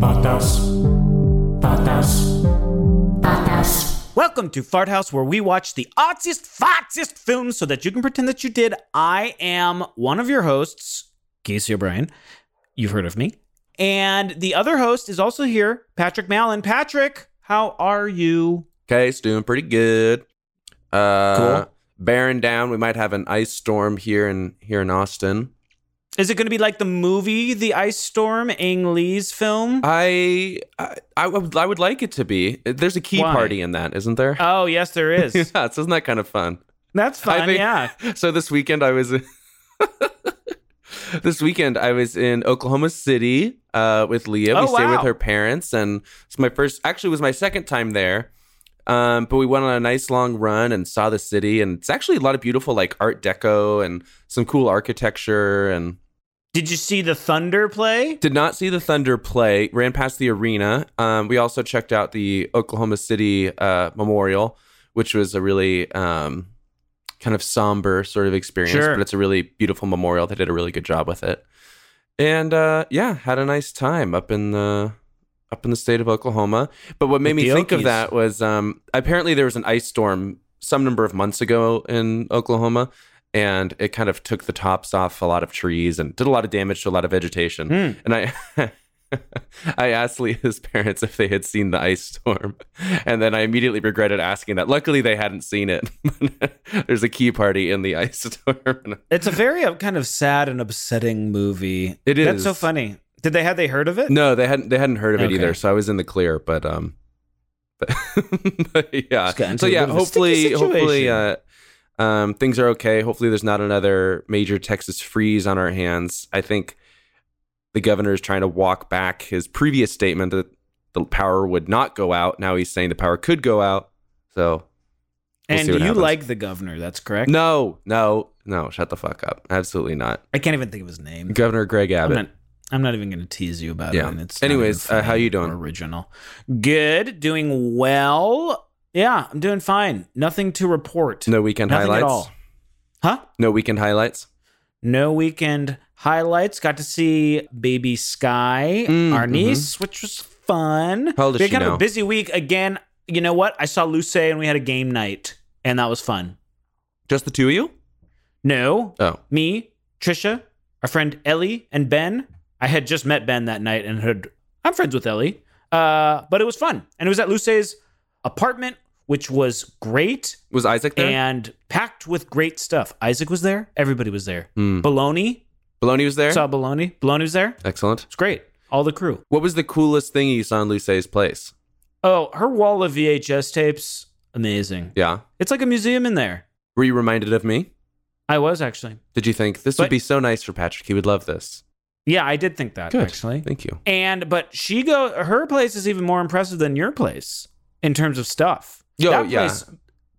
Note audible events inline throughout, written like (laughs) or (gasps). Farthouse. Farthouse. Farthouse. Welcome to Fart House, where we watch the oddsest, foxiest films so that you can pretend that you did. I am one of your hosts, Casey O'Brien. You've heard of me. And the other host is also here, Patrick Mallon. Patrick, how are you? Okay, it's doing pretty good. Uh, Cool. Bearing down. We might have an ice storm here in here in Austin. Is it going to be like the movie, The Ice Storm, Ang Lee's film? I I, I would I would like it to be. There's a key Why? party in that, isn't there? oh, yes, there (laughs) yeah, is. so isn't that kind of fun? That's I fun, think- yeah. (laughs) So this weekend I was (laughs) this weekend I was in Oklahoma City uh, with Leah. Oh, we stayed wow. with her parents, and it's my first. Actually, it was my second time there. Um, but we went on a nice long run and saw the city, and it's actually a lot of beautiful like Art Deco and some cool architecture. And Did you see the Thunder play? did not see the Thunder play. Ran past the arena. Um, we also checked out the Oklahoma City uh, Memorial, which was a really um, kind of somber sort of experience, Sure. but it's a really beautiful memorial. They did a really good job with it. And uh, yeah, had a nice time up in the up in the state of Oklahoma. But what made With me the think Okies. of that was um, apparently there was an ice storm some number of months ago in Oklahoma, and it kind of took the tops off a lot of trees and did a lot of damage to a lot of vegetation. Hmm. And I (laughs) I asked Leah's (laughs) parents if they had seen the ice storm. And then I immediately regretted asking that. Luckily they hadn't seen it. (laughs) There's a key party in the ice storm. (laughs) It's a very uh, kind of sad and upsetting movie. It That's is. so funny. Did they have they heard of it? No, they hadn't they hadn't heard of it Okay. either, so I was in the clear, but um (laughs) but, but yeah. Just got into So a yeah, bit of a hopefully sticky hopefully uh situation. um things are okay. Hopefully there's not another major Texas freeze on our hands. I think the governor is trying to walk back his previous statement that the power would not go out. Now he's saying the power could go out. So we'll and see you what happens. like the governor? That's correct. no, no, no, shut the fuck up. Absolutely not. I can't even think of his name. Governor Greg I'm Abbott. not, I'm not even going to tease you about Yeah. it. and It's Anyways, not even uh, how you funny or doing? Original. Good. Doing well. Yeah, I'm doing fine. Nothing to report. no weekend Nothing highlights. at all. Huh? No weekend highlights. No weekend highlights. Got to see baby Sky, Mm, our niece, which was fun. How old is we had she kind of a now? busy week again. You know what? I saw Luce and we had a game night, and that was fun. Just the two of you? No, Oh. me, Trisha, our friend Ellie, and Ben. I had just met Ben that night and had I'm friends with Ellie. Uh, but it was fun. And it was at Luce's apartment, which was great Was Isaac there? and packed with great stuff. Isaac was there, everybody was there. Hmm. Baloney, Baloney was there? saw Baloney. Baloney was there. Excellent. It's great. All the crew. What was the coolest thing you saw in Luce's place? Oh, her wall of VHS tapes, amazing. Yeah. It's like a museum in there. Were you reminded of me? I was actually. Did you think this But- would be so nice for Patrick? He would love this. Yeah, I did think that Good. actually. Thank you. And but she go her place is even more impressive than your place in terms of stuff. Yo, That yeah. place-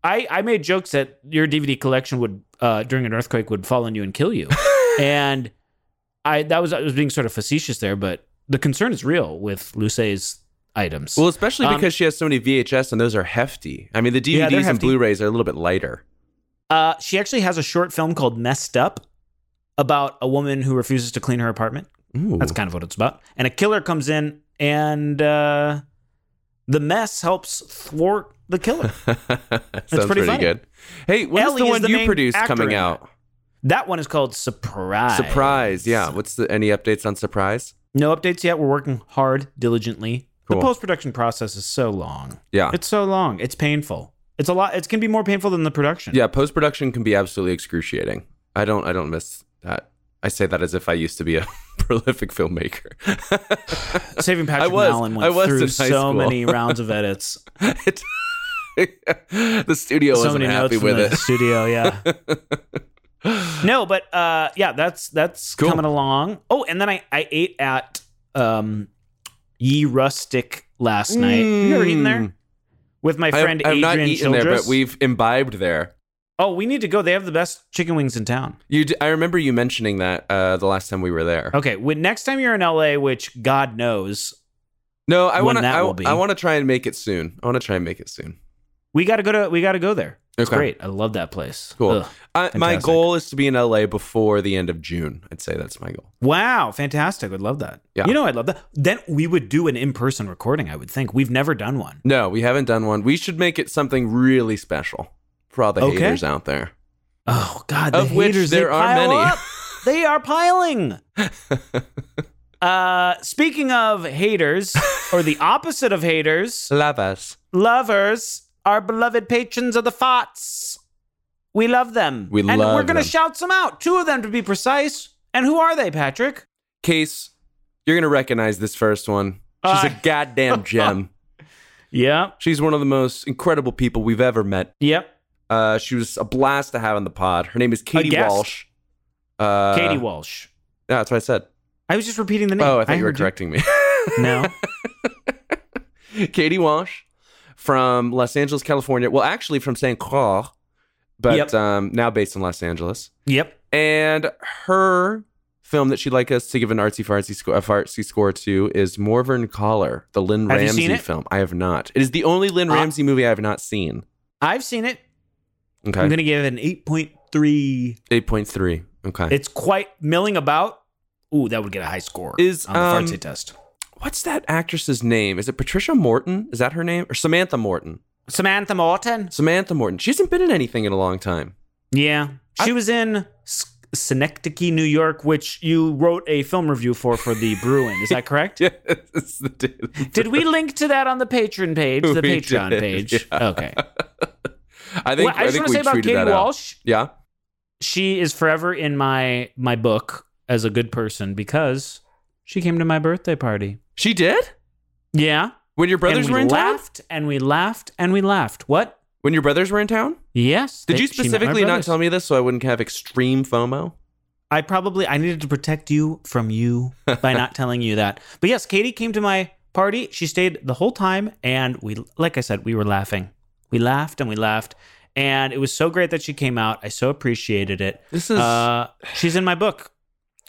I I made jokes that your DVD collection would uh during an earthquake would fall on you (laughs) and kill you. and I that was I was being sort of facetious there, but the concern is real with Luce's items. Well, especially Um, because she has so many VHS and those are hefty. I mean, the Yeah, DVDs they're and hefty. Blu-rays are a little bit lighter. Uh, she actually has a short film called Messed Up about a woman who refuses to clean her apartment. Ooh. That's kind of what it's about. And a killer comes in, and uh, the mess helps thwart the killer. (laughs) Sounds pretty pretty, funny. good. Hey, when's Ellie the is one the you main produced actor coming in out? that one is called Surprise. Surprise. Yeah. What's the any updates on Surprise? No updates yet. We're working hard, diligently. The Cool. post production process is so long. Yeah. It's so long. It's painful. It's a lot. It can be more painful than the production. Yeah, post production can be absolutely excruciating. I don't I don't miss that. I say that as if I used to be a (laughs) prolific filmmaker. (laughs) Saving Patrick was- Allen went I was through in high so school. (laughs) many rounds of edits. It- (laughs) the studio so wasn't many happy notes with from the it. studio. (laughs) Yeah. no, but uh, yeah, that's that's Cool. coming along. Oh, and then I I ate at um, Ye Rustic last night. Have you ever eaten there Mm. with my friend I've, I've Adrian not eaten there, Childress? but we've imbibed there. oh, we need to go. They have the best chicken wings in town. You, d- I remember you mentioning that uh, the last time we were there. Okay, when next time you're in LA, which God knows, No, I When want to. that I, will be. I want to try and make it soon. I want to try and make it soon. we got to go to we got to go there. It's Okay. great. I love that place. Cool. Ugh. I, my Fantastic. goal is to be in LA before the end of June. I'd say that's my goal. Wow, fantastic. I'd love that. Yeah. You know, I'd love that. Then we would do an in person recording, I would think. We've never done one. No, we haven't done one. We should make it something really special for all the Okay. haters out there. Oh God, the Of which haters, they there are pile many. (laughs) up. They are piling. uh, speaking of haters, or the opposite of haters, Love us. lovers, our beloved patrons of the Fots. We love them. We and love we're gonna them. shout some out. Two of them to be precise. And who are they, Patrick? Case, you're gonna recognize this first one. She's Uh, a (laughs) goddamn gem. Yep. She's one of the most incredible people we've ever met. Yep. Uh, she was a blast to have on the pod. Her name is Katie guest. Walsh. Uh, Katie Walsh. Yeah, that's what I said. I was just repeating the name. Oh, I think you were heard correcting me. (laughs) (laughs) No. Katie Walsh from Los Angeles, California. Well, actually from St. Croix, but Yep. um, now based in Los Angeles. yep. And her film that she'd like us to give an artsy fartsy score, a fartsy score to is Morvern Collar, the Lynn Have you Ramsey seen it? film. I have not. It is the only Lynn Ah. Ramsey movie I have not seen. I've seen it. Okay. I'm gonna give it an eight point three 8.3. Okay. It's quite milling about. Ooh, that would get a high score Is, on the um, fartsy test. What's that actress's name? Is it Patricia Morton? Is that her name? Or Samantha Morton? Samantha Morton. Samantha Morton. She hasn't been in anything in a long time. (laughs) Yeah, she I- was in S- Synecdoche, New York, which you wrote a film review for for the Bruin. Is that correct? Yes. it's the dude. Did we link to that on the Patreon page? (laughs) The We Patreon did, page. (laughs) yeah. Okay. I think, well, I I think just want we to say about tweeted Katie that out. Walsh. Yeah. She is forever in my my book as a good person because she came to my birthday party. She did? Yeah, When your brothers and we were in town? laughed and we laughed and we laughed. What? When your brothers were in town? Yes. Did they- you she met my specifically not brothers. tell me this so I wouldn't have extreme FOMO? I probably I needed to protect you from you by (laughs) not telling you that. But yes, Katie came to my party. She stayed the whole time and we like I said, we were laughing. We laughed and we laughed and it was so great that she came out. I so appreciated it. This is Uh, she's in my book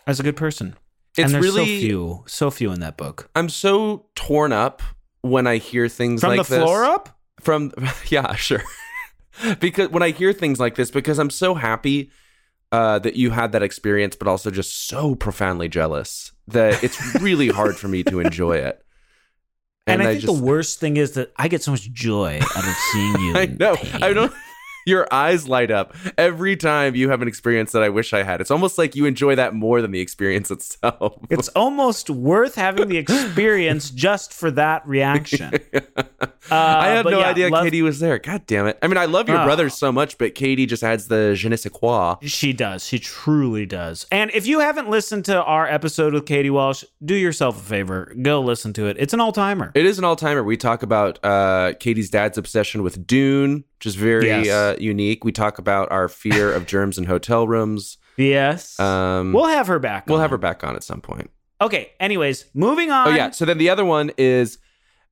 as a good person. it's and there's really so few, so few in that book. I'm so torn up when I hear things From like the floor this. up? From (laughs) yeah, sure. because when I hear things like this because I'm so happy uh, that you had that experience but also just so profoundly jealous that (laughs) it's really hard for me to enjoy it. And, I, I think just- the worst thing is that I get so much joy out of (laughs) seeing you. I (laughs) in know. I pain. don't. (laughs) Your eyes light up every time you have an experience that I wish I had. It's almost like you enjoy that more than the experience (laughs) itself. It's almost worth having (laughs) the experience just for that reaction. Uh, I had but no yeah, idea love- Katie was there. God damn it. I mean, I love your Oh. brothers so much, but Katie just adds the je ne sais quoi. She does. She truly does. And if you haven't listened to our episode with Katie Walsh, do yourself a favor. Go listen to it. It's an all timer. It is an all timer. We talk about uh, Katie's dad's obsession with Dune, which is very Yes. uh, unique. We talk about our fear of germs in hotel rooms. Yes. Um, we'll have her back. we'll on. have her back on at some point. Okay. Anyways, moving on. Oh yeah. So then the other one is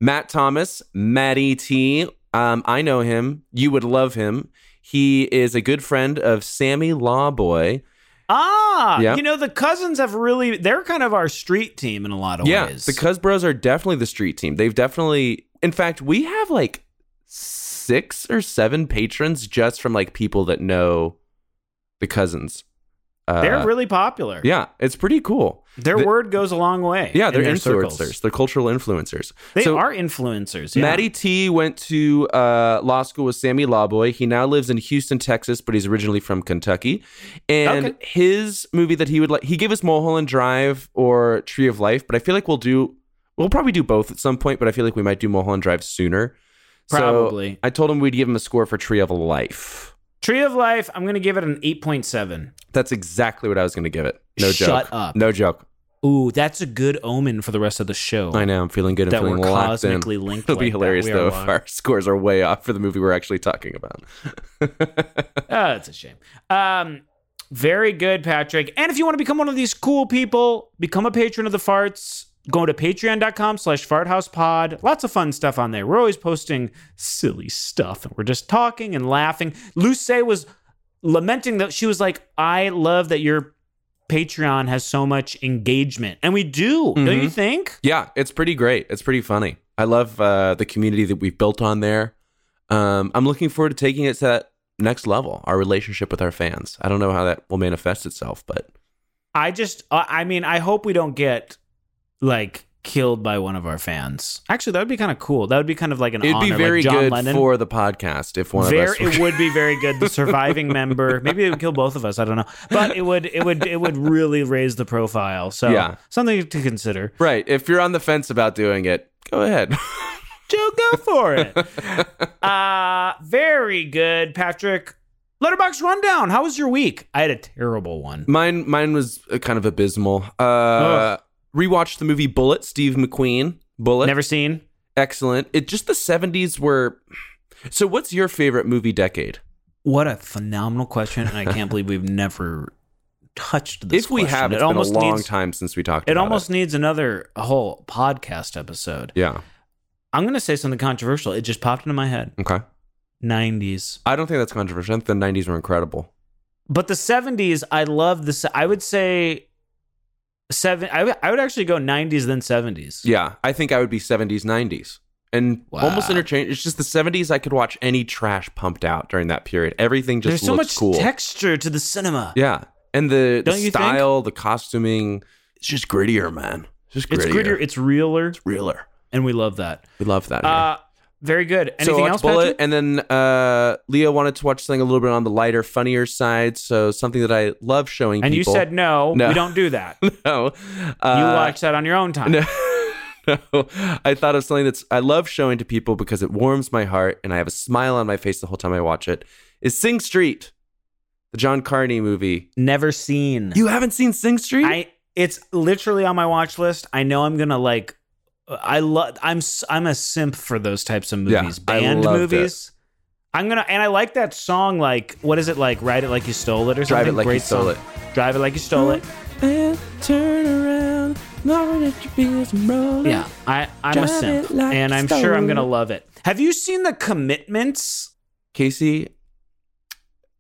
Matt Thomas, Matty T. Um, I know him. You would love him. He is a good friend of Sammy Lawboy. Ah, Yeah. you know, the cousins have really, they're kind of our street team in a lot of Yeah, ways. the Cuz Bros are definitely the street team. They've definitely, in fact, we have like six or seven patrons just from like people that know the cousins. Uh, they're really popular. yeah, it's pretty cool. Their the- word goes a long way. Yeah, in they're their influencers. circles. They're cultural influencers. They So- are influencers. Yeah. Matty T went to uh, law school with Sammy Lawboy. He now lives in Houston, Texas, but he's originally from Kentucky. And Okay. his movie that he would like, he gave us Mulholland Drive or Tree of Life, but I feel like we'll do, we'll probably do both at some point, but I feel like we might do Mulholland Drive sooner. So Probably. I told him we'd give him a score for Tree of Life. Tree of Life, I'm going to give it an 8.7. That's exactly what I was going to give it. No Shut joke. up. No joke. Ooh, that's a good omen for the rest of the show. I know. I'm feeling good. I'm Oh. That feeling we're locked cosmically in. linked (laughs) It'll be like that. hilarious, We are though, if locked. our scores are way off for the movie we're actually talking about. (laughs) Oh, it's a shame. Um, very good, Patrick. And if you want to become one of these cool people, become a patron of the farts. Go to patreon.com slash farthousepod. Lots of fun stuff on there. We're always posting silly stuff and we're just talking and laughing. Luce was lamenting that she was like, I love that your Patreon has so much engagement. And we do, don't you think? Yeah, it's pretty great. It's pretty funny. I love uh, the community that we've built on there. Um, I'm looking forward to taking it to that next level, our relationship with our fans. I don't know how that will manifest itself, but I just, I I mean, I hope we don't get like killed by one of our fans. Actually, that would be kind of cool. That would be kind of like an it'd honor, be very like John good Lennon. for the podcast if one Ver- of us. Were- it would be very good. (laughs) The surviving member, maybe it would kill both of us. I don't know, but it would, it would, it would really raise the profile. So Yeah. something to consider. (laughs) right. If you're on the fence about doing it, go ahead. (laughs) Joe, go for it. uh, very good, Patrick. Letterbox rundown. How was your week? I had a terrible one. Mine, mine was uh, kind of abysmal. Uh, rewatched the movie Bullet, Steve McQueen. Bullet, Never seen. excellent. It just the '70s were. So, what's your favorite movie decade? What a phenomenal question, and I can't believe we've never touched this. if we question. have, it's been it a almost long needs, time since we talked. It about almost needs another whole podcast episode. yeah. I'm gonna say something controversial. It just popped into my head. Okay. 90s, I don't think that's controversial. I think the '90s were incredible. but the 70s. I love this. I would say seven. I would- I would actually go 90s then 70s. Yeah, I think I would be 70s, 90s. And Wow. almost interchange. It's just the 70s, I could watch any trash pumped out during that period. Everything just There's so looked much cool. texture to the cinema. yeah. And the, Don't you the think? style, the costuming, it's just grittier, man. It's just grittier. It's grittier. It's realer, realer. and we love that. We love that. here. Uh, very good. so I Anything watched else, Bullet, Patrick? and then uh, Leah wanted to watch something a little bit on the lighter, funnier side. So something that I love showing And you people. said no, No. We don't do that. You (laughs) no. Uh, watch that on your own time. No, (laughs) no. I thought of something that's I love showing to people because it warms my heart and I have a smile on my face the whole time I watch it. Is Sing Street, the John Carney movie. Never seen. You haven't seen Sing Street? I. It's literally on my watch list. I know I'm gonna like. I love. I'm. s- I'm a simp for those types of Yeah, movies. I Band loved movies. I'm gonna. And I like that song. Like, what is it like? Ride it like you stole it or something. Drive it Mm-hmm. like Great you stole song. Drive it like you stole it. it. Turn around, Yeah, I, I'm a Drive it simp, like and you I'm sure I'm stole gonna it. love it. Have you seen the commitments? Casey,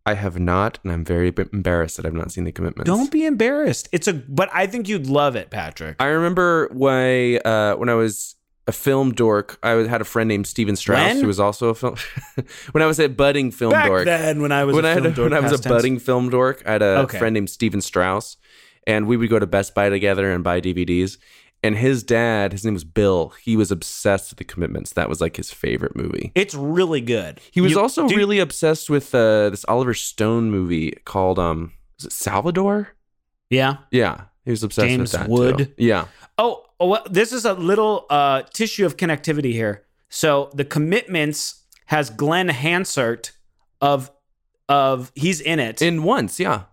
I have not, and I'm very b- embarrassed that I've not seen the commitments. Don't be embarrassed. It's a, but I think you'd love it, Patrick. I remember when uh, when I was a film dork, I was- had a friend named Steven Strauss When? who was also a film. (laughs) when I was a budding film Back dork, then, when I was when a I film had, dork when I was past a tense. budding film dork, I had a Okay. friend named Steven Strauss, and we would go to Best Buy together and buy DVDs. And his dad, his name was Bill. He was obsessed with The Commitments. That was like his favorite movie. It's really good. He was You- also do- really obsessed with uh, this Oliver Stone movie called um, was it Salvador? yeah. Yeah, he was obsessed James with that. too. Wood. Yeah, Oh, oh, well, this is a little uh, tissue of connectivity here. So the commitments has Glenn Hansard of of he's in it, in once. Yeah.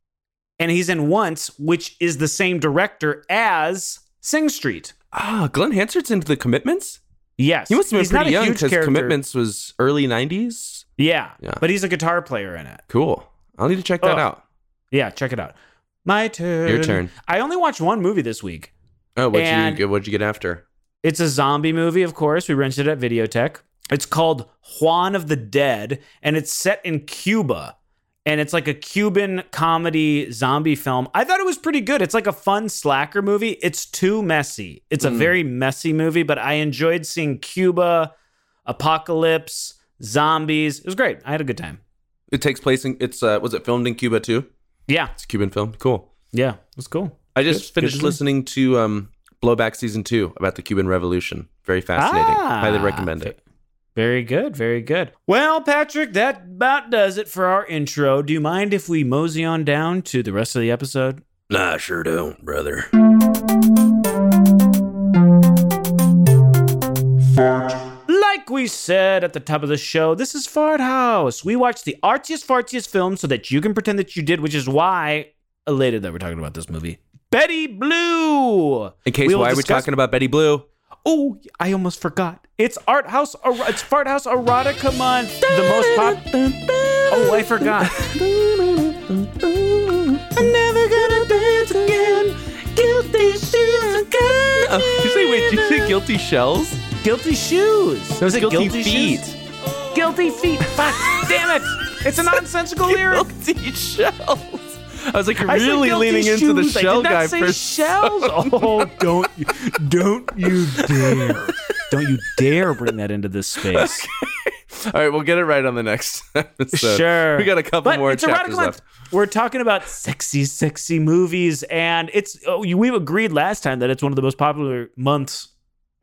and he's in Once, which is the same director as Sing Street. Ah, Glenn Hansard's into the commitments. Yes, He must have been He's not pretty a young huge because character. commitments was early '90s. Yeah, Yeah. but he's a guitar player in it. Cool. I'll need to check that Ugh. out. Yeah, check it out. My turn. Your turn. I only watched one movie this week. Oh, what'd And- you get? What'd you get after? It's a zombie movie, of course. We rented it at Videotech. It's called Juan of the Dead, and it's set in Cuba. And it's like a Cuban comedy zombie film. I thought it was pretty good. It's like a fun slacker movie. It's too messy. It's a Mm. very messy movie, but I enjoyed seeing Cuba, apocalypse, zombies. It was great. I had a good time. It takes place in. It's uh, was it filmed in Cuba too? Yeah. It's a Cuban film. Cool. Yeah. It was cool. I just Good- good finished to know. listening to um, Blowback season two about the Cuban Revolution. Very fascinating. Ah. Highly recommend it. Very good, very good. Well, Patrick, that about does it for our intro. Do you mind if we mosey on down to the rest of the episode? Nah, sure don't, brother. Like we said at the top of the show, this is Fart House. We watch the artiest, fartiest film so that you can pretend that you did, which is why elated that we're talking about this movie. Betty Blue. In case We will why are we discuss- talking about Betty Blue? Oh, I almost forgot. It's Art House. Er- It's Fart House Erotica Month. The most pop. Oh, I forgot. I'm never gonna dance again. Guilty shells again. Oh, you say wait? Did you say guilty shells? Guilty shoes. Those Is it guilty, Shoes? feet. Guilty feet. Fuck. Damn it. It's a nonsensical (laughs) lyric. (laughs) Guilty shells. I was like I said really guilty leaning into the shoes. I shell did not guy say for shells. (laughs) Oh, don't you, (laughs) don't you dare. Don't you dare bring that into this space. All right, we'll get it right on the next (laughs) episode. Sure. We got a couple but more it's erotic chapters month. left. We're talking about sexy, sexy movies, and it's oh, you- we agreed last time that it's one of the most popular months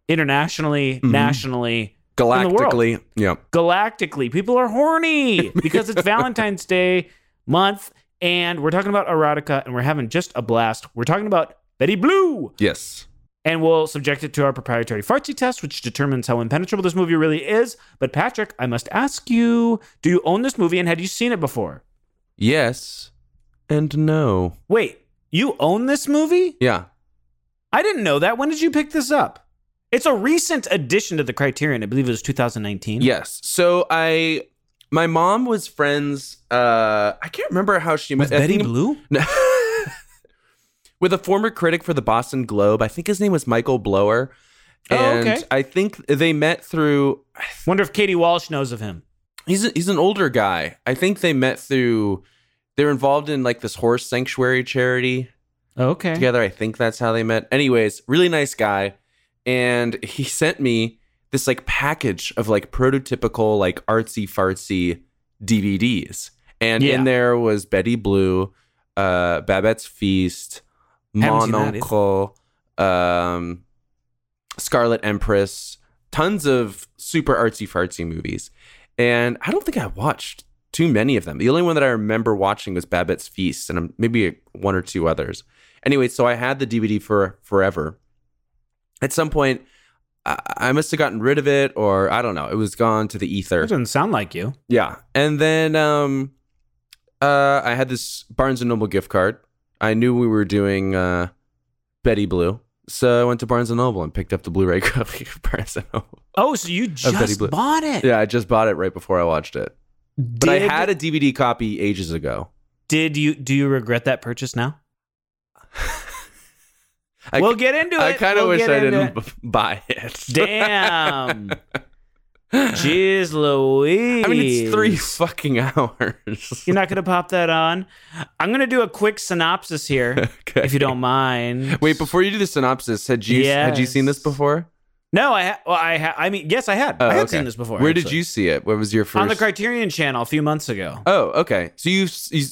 internationally, Mm-hmm. nationally, the world. Galactically. Yeah. galactically. People (laughs) are horny because it's Valentine's Day month, and we're talking about erotica, and we're having just a blast. We're talking about Betty Blue, Yes. and we'll subject it to our proprietary fartsy test, which determines how impenetrable this movie really is. But Patrick, I must ask you: Do you own this movie, and had you seen it before? Yes. And no. Wait, you own this movie? Yeah. I didn't know that. When did you pick this up? It's a recent addition to the Criterion. I believe it was 2019. Yes. So I, my mom was friends. Uh, I can't remember how she With met I Betty think- Blue? No. (laughs) with a former critic for the Boston Globe. I think his name was Michael Blower. Oh, And okay. I think they met through Wonder if Katie Walsh knows of him. he's a, he's an older guy. I think they met through they're involved in like this horse sanctuary charity Okay. together. I think that's how they met. Anyways, really nice guy. And he (laughs) sent me this like package of like prototypical, like artsy fartsy DVDs. And Yeah. in there was Betty Blue, uh, Babette's Feast, Haven't Mon seen that Uncle, um, Scarlet Empress, tons of super artsy fartsy movies. And I don't think I watched too many of them. The only one that I remember watching was Babette's Feast and um, maybe one or two others. Anyway, so I had the DVD for forever. At some point, I, I must have gotten rid of it, or I don't know. It was gone to the ether. That doesn't sound like you. Yeah. And then um uh I had this Barnes and Noble gift card. I knew we were doing uh Betty Blue. So I went to Barnes and Noble and picked up the Blu-ray (laughs) copy of Barnes and Noble. Oh, so you Betty just Blue. bought it. Yeah, I just bought it right before I watched it. Did, But I had a DVD copy ages ago. Did you? Do you regret that purchase now? I, we'll get into it. I kind of We'll wish get I into didn't it. b- buy it. (laughs) Damn. Jeez Louise. I mean, it's three fucking hours. (laughs) You're not gonna pop that on. I'm gonna do a quick synopsis here, Okay. if you don't mind. (laughs) Wait, before you do the synopsis, had you had you seen this Yes. before? No, I ha- well, I ha- I mean, yes, I had. Oh, I had okay. seen this before. Where did actually. you see it? What was your first? On the Criterion Channel a few months ago. Oh, okay. So you you,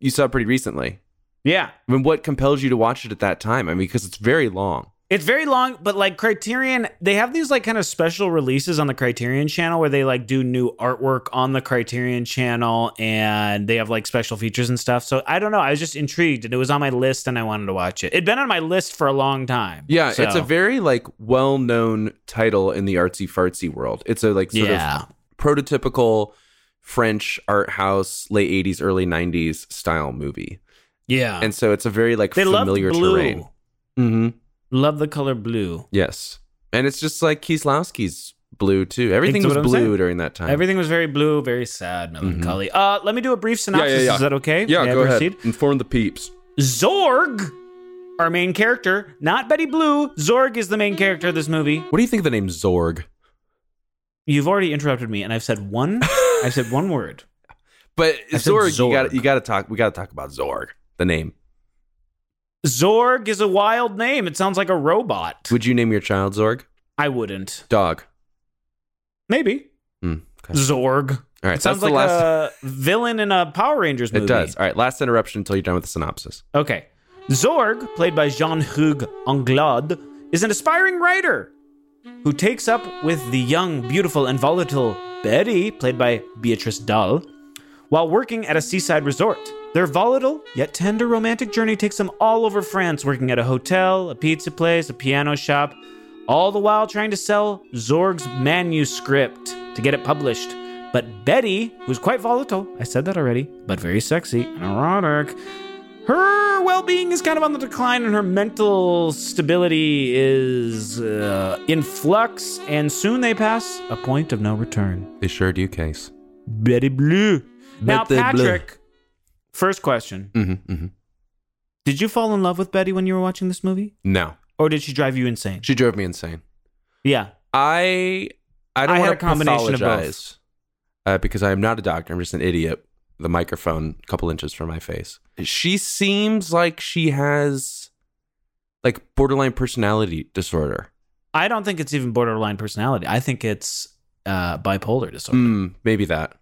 you saw it pretty recently. yeah, I mean, what compelled you to watch it at that time? I mean, because it's very long. it's very long, but like Criterion, they have these like kind of special releases on the Criterion Channel where they like do new artwork on the Criterion Channel and they have like special features and stuff. So I don't know. I was just intrigued and it was on my list and I wanted to watch it. It'd been on my list for a long time. Yeah, so- it's a very like well-known title in the artsy fartsy world. It's a like sort yeah. of prototypical French art house late '80s, early '90s style movie, Yeah. and so it's a very like they love familiar blue. terrain. Mm-hmm. Love the color blue. Yes, and it's just like Kieslowski's blue too. Everything That's was what I'm blue saying. during that time. Everything was very blue, very sad, melancholy. Uh, let me do a brief synopsis. Mm-hmm. yeah. Is that okay? May I proceed? Inform the peeps. Zorg, our main character, not Betty Blue. Zorg is the main character of this movie. What do you think of the name Zorg? You've already interrupted me, and I've (laughs) said one. I've said one word. But I said Zorg, you Zorg. got you got to talk. We got to talk about Zorg, the name. Zorg is a wild name. It sounds like a robot. Would you name your child Zorg? I wouldn't. Dog. Maybe Mm, okay. Zorg. All right. It sounds that's like the last. a villain in a Power Rangers movie. it does. All right. Last interruption until you're done with the synopsis. Okay. Zorg, played by Jean-Hugues Anglade, is an aspiring writer who takes up with the young, beautiful, and volatile Betty, played by Beatrice Dahl, while working at a seaside resort. Their volatile yet tender romantic journey takes them all over France, working at a hotel, a pizza place, a piano shop, all the while trying to sell Zorg's manuscript to get it published. But Betty, who's quite volatile, I said that already, but very sexy and erotic, her well-being is kind of on the decline and her mental stability is uh, in flux and soon they pass a point of no return They sure do, Case. betty blue now Betty Blue. patrick first question Mm-hmm, mm-hmm. did you fall in love with betty when you were watching this movie No, or did she drive you insane she drove me insane. yeah I I I don't had want a to combination of both. pathologize uh, because I am not a doctor. I'm just an idiot. with The microphone, a couple inches from my face. She seems like she has like borderline personality disorder. i don't think it's even borderline personality i think it's uh, bipolar disorder. Mm, maybe that. Hmm.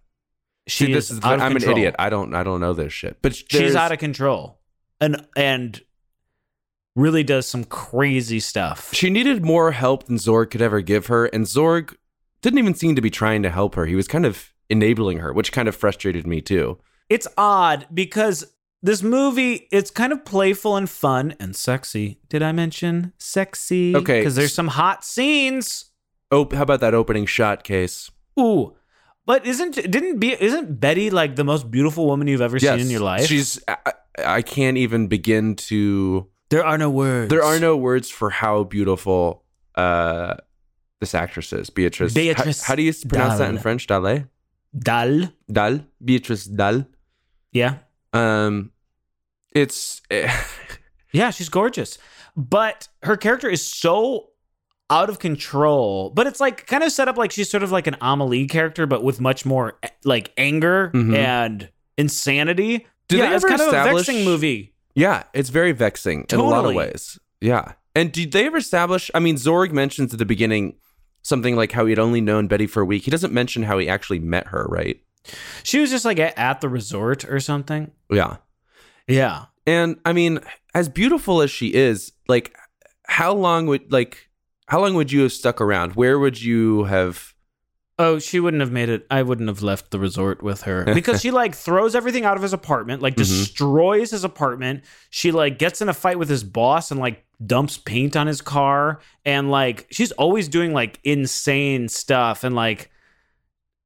She See, is out of I'm control. an idiot. I don't I don't know this shit. But She's there's- out of control, and and really does some crazy stuff. she needed more help than Zorg could ever give her, and Zorg didn't even seem to be trying to help her. He was kind of enabling her, which kind of frustrated me too. it's odd because this movie it's kind of playful and fun and sexy. Did I mention sexy? Okay. because there's some hot scenes. Oh, how about that opening shot case? Ooh, but isn't didn't be isn't Betty like the most beautiful woman you've ever seen in your life? She's I, I- I can't even begin to there are no words. There are no words for how beautiful uh this actress is, Beatrice. Beatrice How, how do you pronounce that in Dahl. French? Dale? dull. Dal? Beatrice Dal. Yeah, Um it's eh, yeah, she's gorgeous, but her character is so out of control. But it's like kind of set up like she's sort of like an Amelie character, but with much more eh, like anger Mhm. and insanity. Do yeah, they it's ever kind of a establish- vexing movie. (laughs) Yeah, it's very vexing in a lot of Totally. ways. Yeah. And did they ever establish? I mean, Zorg mentions at the beginning something like how he'd only known Betty for a week. He doesn't mention how he actually met her, right? She was just like at, at the resort or something. Yeah. Yeah. And I mean, as beautiful as she is, like how long would like how long would you have stuck around? Where would you have Oh, she wouldn't have made it. I wouldn't have left the resort (laughs) with her because she like throws everything out of his apartment, like Mhm. destroys his apartment. She like gets in a fight with his boss and like dumps paint on his car and like she's always doing like insane stuff and like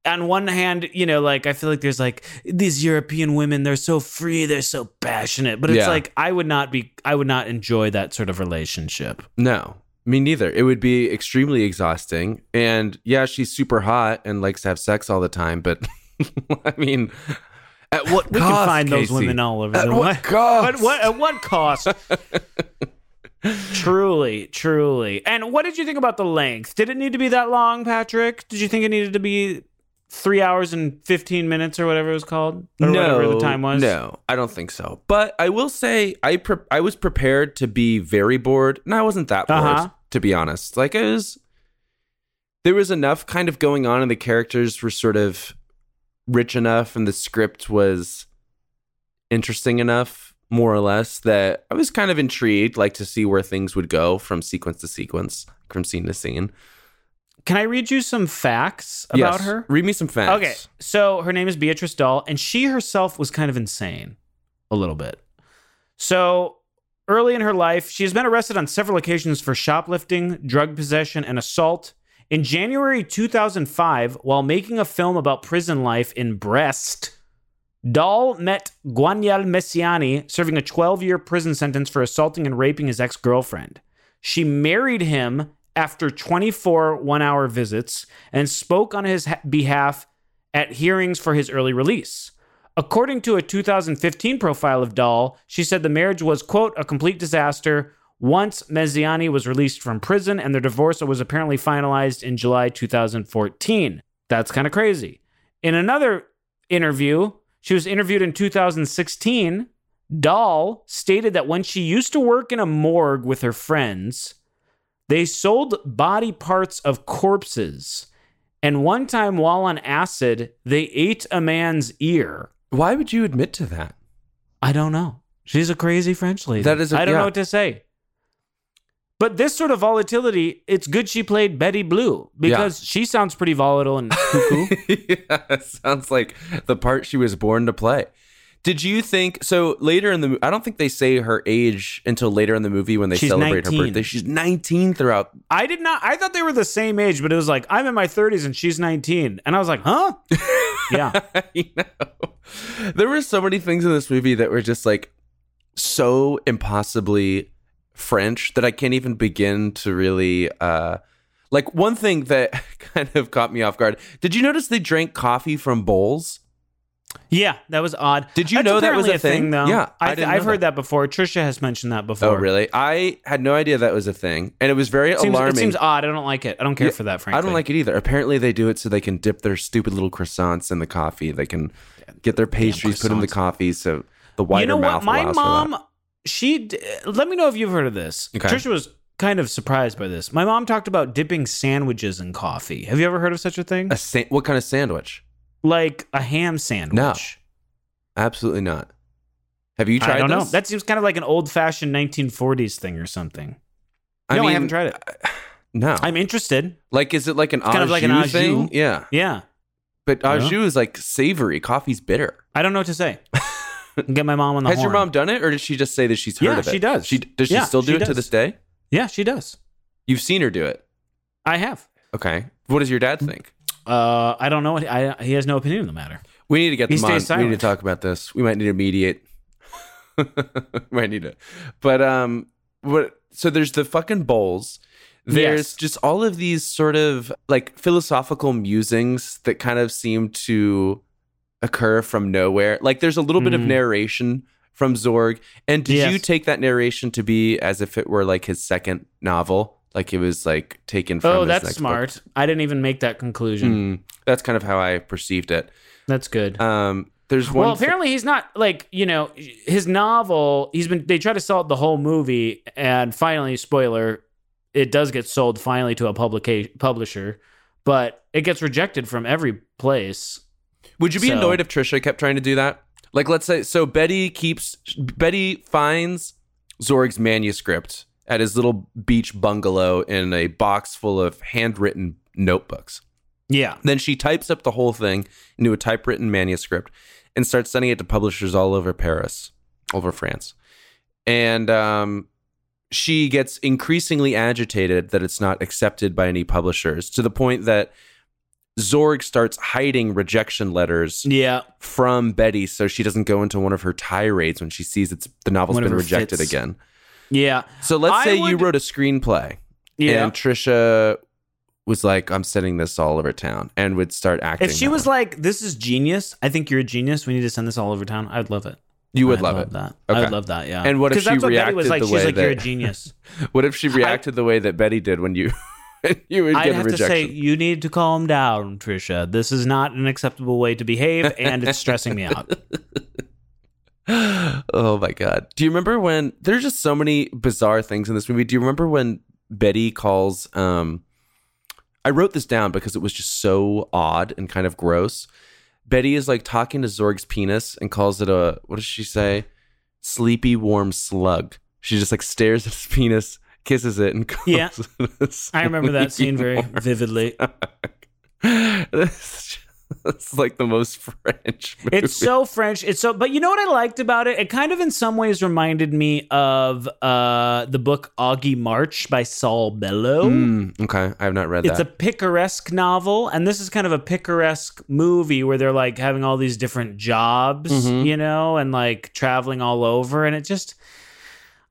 on one hand, you know, like I feel like there's like these European women, they're so free, they're so passionate, but it's Yeah. like I would not be I would not enjoy that sort of relationship. No, me neither. It would be extremely exhausting. And yeah, she's super hot and likes to have sex all the time, but (laughs) I mean, at what We cost? can find those Casey? women all over At the what world. cost? But what at what cost? truly, truly. And what did you think about the length? Did it need to be that long, Patrick? Did you think it needed to be three hours and fifteen minutes or whatever it was called? Or whatever the time was? No, I don't think so. But I will say I pre- I was prepared to be very bored, and I wasn't that bored Uh-huh. to be honest. Like it was, there was enough kind of going on, and the characters were sort of rich enough, and the script was interesting enough, more or less, that I was kind of intrigued, like to see where things would go from sequence to sequence, from scene to scene. Can I read you some facts about Yes. her? Read me some facts. Okay. So her name is Beatrice Dahl, and she herself was kind of insane a little bit. So early in her life, she has been arrested on several occasions for shoplifting, drug possession, and assault. In January 2005, while making a film about prison life in Brest, Dahl met Guanyal Messiani, serving a 12 year prison sentence for assaulting and raping his ex girlfriend. She married him after 24 one hour visits and spoke on his ha- behalf at hearings for his early release. According to a 2015 profile of Dahl, she said the marriage was, quote, a complete disaster. Once Mezziani was released from prison and their divorce was apparently finalized in July 2014. That's kind of crazy. In another interview, she was interviewed in 2016. Dahl stated that when she used to work in a morgue with her friends, they sold body parts of corpses. And one time while on acid, they ate a man's ear. Why would you admit to that? I don't know. She's a crazy French lady. That is a- I I don't yeah. know what to say. But this sort of volatility, it's good she played Betty Blue because she sounds pretty volatile and cuckoo. (laughs) yeah, it sounds like the part she was born to play. Did you think so? Later in the, mo- I don't think they say her age until later in the movie when they She's celebrate 19. her birthday. She's 19 throughout. (laughs) I did not. I thought they were the same age, but it was like I'm in my 30s and she's 19, and I was like, (laughs) huh? yeah, I know. There were so many things in this movie that were just like so impossibly French that I can't even begin to really. uh Like one thing that (laughs) kind of caught me off guard. Did you notice they drank coffee from bowls? yeah, that was odd. Did you That's know that was apparently a thing? though? Yeah, I I th- didn't know I've heard that. before. Trisha has mentioned that before. Oh, really? I had no idea that was a thing, and it was very Seems, alarming. it seems odd. I don't like it. I don't care Yeah, for that. Frankly, I don't like it either. Apparently, they do it so they can dip their stupid little croissants in the coffee. They can get their pastries put in the croissants. coffee, so the wider you know mouth what? My allows for that. mom, she d- let me know if you've heard of this. Okay. Trisha was kind of surprised by this. My mom talked about dipping sandwiches in coffee. Have you ever heard of such a thing? A sa- what kind of sandwich? Like a ham sandwich. Absolutely not. Have you tried? I don't know. this? That seems kind of like an old fashioned 1940s thing or something. I no, mean, I haven't tried it. No. I'm interested. like, is it like an au kind of like an au jus thing? jus. Yeah, Yeah. but au Yeah. jus is like savory. Coffee's bitter. I don't know what (laughs) to say. Get my mom on the Has your horn. mom done it, or did she just say that she's heard Yeah, of it? she does. She does. She Yeah, still do she it to does. this day. Yeah, she does. You've seen her do it. I have. Okay. What does your dad Mm-hmm. think? Uh, I don't know. What, I, he has no opinion on the matter. We need to get He them on. stays We need silent. to talk about this. We might need to mediate. (laughs) might need to. But um what so there's the fucking bowls. There's Yes. just all of these sort of like philosophical musings that kind of seem to occur from nowhere. Like there's a little bit of Mm. narration from Zorg. And did you Yes. take that narration to be as if it were like his second novel? Like it was like taken from Oh, his that's next book? smart. I didn't even make that conclusion. Mm, that's kind of how I perceived it. That's good. Um there's one well, apparently he's not like you know his novel. He's been they try to sell it the whole movie, and finally, spoiler, it does get sold finally to a publication publisher, but it gets rejected from every place. Would you be So- annoyed if Trisha kept trying to do that? Like, let's say, so Betty keeps, Betty finds Zorg's manuscript at his little beach bungalow in a box full of handwritten notebooks. Yeah, Then she types up the whole thing into a typewritten manuscript and starts sending it to publishers all over Paris, all over France. And um, she gets increasingly agitated that it's not accepted by any publishers to the point that Zorg starts hiding rejection letters yeah. from Betty so she doesn't go into one of her tirades when she sees it's the novel's One of been her rejected fits. again. Yeah. So let's I say you would- wrote a screenplay Yeah. and Trisha was like, I'm sending this all over town and would start acting. if she that was way. like, "This is genius. I think you're a genius. We need to send this all over town." I would love it. you would I'd love, it. That. Okay. I would love that. Yeah. And what if 'Cause that's she Betty was reacted like? the She's way like, "You're a that- (laughs) genius." What if she reacted the way that Betty did when you (laughs) you would I'd get a have to say, rejection? you need to calm down, Trisha. This is not an acceptable way to behave, and it's stressing me out. oh my god. Do you remember when there's just so many bizarre things in this movie? Do you remember when Betty calls um I wrote this down because it was just so odd and kind of gross. Betty is like talking to Zorg's penis and calls it a what does she say? Sleepy warm slug. She just like stares at his penis, kisses it, and (laughs) calls Yeah. it a I (laughs) remember that sleepy scene very vividly. (laughs) this is like the most French. Movie. It's so French. It's so, but you know what I liked about it? It kind of, in some ways, reminded me of uh, the book Augie March by Saul Bellow. Mm, okay. I have not read Oh. It's a that. picaresque novel, and this is kind of a picaresque movie where they're like having all these different jobs, Mhm. you know, and like traveling all over. And it just,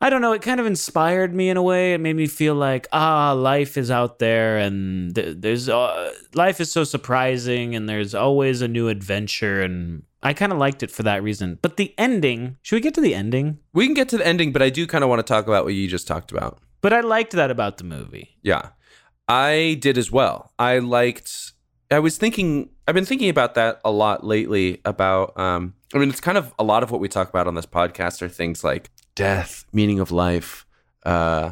I don't know, it kind of inspired me in a way. It made me feel like, ah, life is out there, and th- there's uh, life is so surprising, and there's always a new adventure. And I kind of liked it for that reason. But the ending, should we get to the ending? we can get to the ending, but I do kind of want to talk about what you just talked about. But I liked that about the movie. Yeah. I did as well. I liked I was thinking I've been thinking about that a lot lately about um I mean it's kind of a lot of what we talk about on this podcast are things like death, meaning of life, uh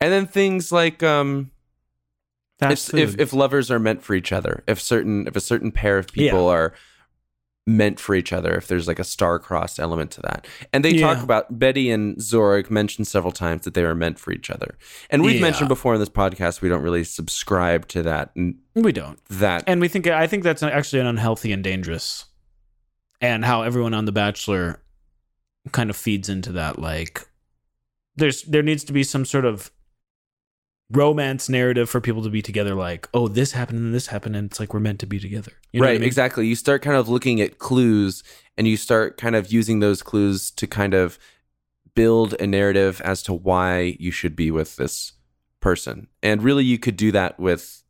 and then things like um Fast if, if food. if lovers are meant for each other, if certain if a certain pair of Yeah. people are meant for each other, if there's like a star-crossed element to that, and they talk Yeah. about Betty and Zorg mentioned several times that they were meant for each other, and we've Yeah. mentioned before in this podcast we don't really subscribe to that we don't. that And we think I think that's actually an unhealthy and dangerous. And how everyone on The Bachelor kind of feeds into that like there's there needs to be some sort of romance narrative for people to be together like, oh, this happened and this happened and it's like we're meant to be together. You know what right I mean? exactly you start kind of looking at clues and you start kind of using those clues to kind of build a narrative as to why you should be with this person and really you could do that with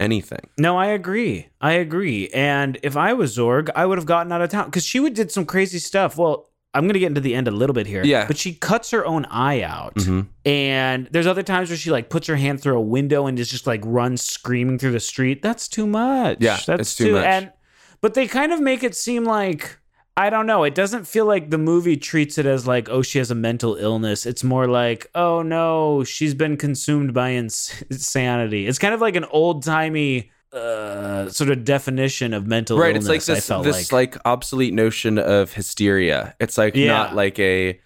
anything No, I agree. I agree. And if I was Zorg, I would have gotten out of town because she would did some crazy stuff. Well, I'm gonna get into the end a little bit here. Yeah. But she cuts her own eye out. Mhm. And there's other times where she like puts her hand through a window and is just like runs screaming through the street. That's too much. Yeah, that's it's too much. And but they kind of make it seem like I don't know. It doesn't feel like the movie treats it as like, oh, she has a mental illness. It's more like, oh no, she's been consumed by ins- insanity. It's kind of like an old timey uh, sort of definition of mental right illness. it's like this I felt this like. obsolete notion of hysteria it's like Yeah. not like a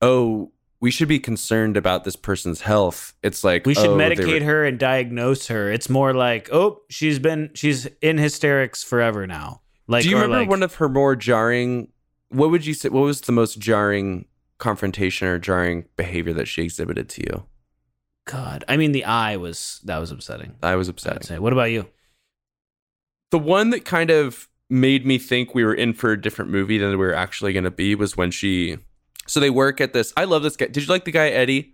oh we should be concerned about this person's health it's like we should oh, they medicate were- her and diagnose her. It's more like, oh, she's been she's in hysterics forever now. Like, do you or remember like, one of her more jarring what would you say what was the most jarring confrontation or jarring behavior that she exhibited to you God? I mean, the eye was that was upsetting. i was I'd upset say. What about you? the one that kind of made me think we were in for a different movie than we were actually going to be was when she so they work at this i love this guy did you like the guy eddie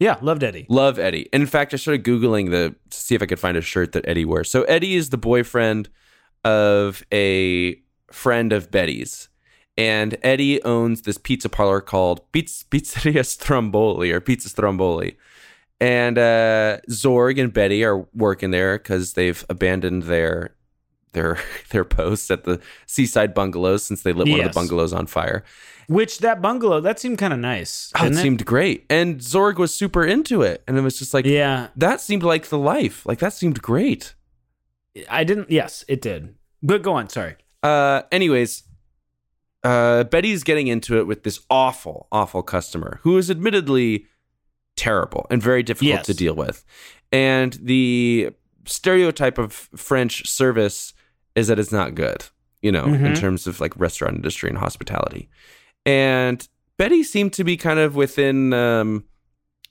Yeah, loved Eddie. Love Eddie. And in fact, I started googling the to see if I could find a shirt that Eddie wears. So Eddie is the boyfriend of a friend of Betty's, and Eddie owns this pizza parlor called Piz- Pizzeria Stromboli or Pizza Stromboli. And uh, Zorg and Betty are working there because they've abandoned their their (laughs) their posts at the seaside bungalows since they lit one of Yes. the bungalows on fire. Which that bungalow that seemed kind of nice. Oh, it didn't seemed great, and Zorg was super into it, and it was just like, Yeah, that seemed like the life. Like that seemed great. I didn't. Yes, it did. But go on. Sorry. Uh, anyways, uh, Betty's getting into it with this awful, awful customer who is admittedly terrible and very difficult Yes. to deal with. And the stereotype of French service is that it's not good, you know, in Mhm. terms of like restaurant industry and hospitality. And Betty seemed to be kind of within um,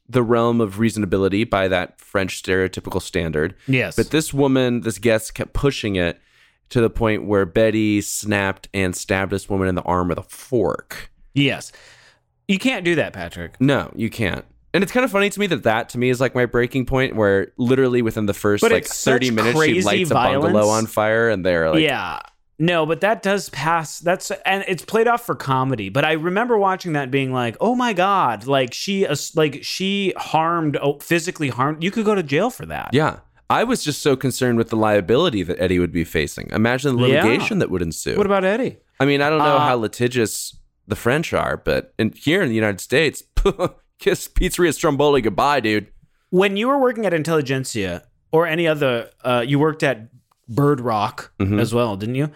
the realm of reasonability by that French stereotypical standard. Yes. But this woman, this guest, kept pushing it to the point where Betty snapped and stabbed this woman in the arm with a fork. yes. You can't do that, Patrick. No, you can't. And it's kind of funny to me that that to me is like my breaking point, where literally within the first But like it's thirty such minutes she crazy lights a violence. bungalow on fire, and they're like, yeah. No, but that does pass. That's and it's played off for comedy. But I remember watching that being like, "Oh my god!" Like she, ass- like she harmed, oh, physically harmed. You could go to jail for that. yeah. I was just so concerned with the liability that Eddie would be facing. Imagine the Yeah. litigation that would ensue. What about Eddie? I mean, I don't know Uh, how litigious the French are, but in, here in the United States, (laughs) kiss Pizzeria Stromboli goodbye, dude. When you were working at Intelligentsia or any other, uh, you worked at Bird Rock Mhm. as well, didn't you?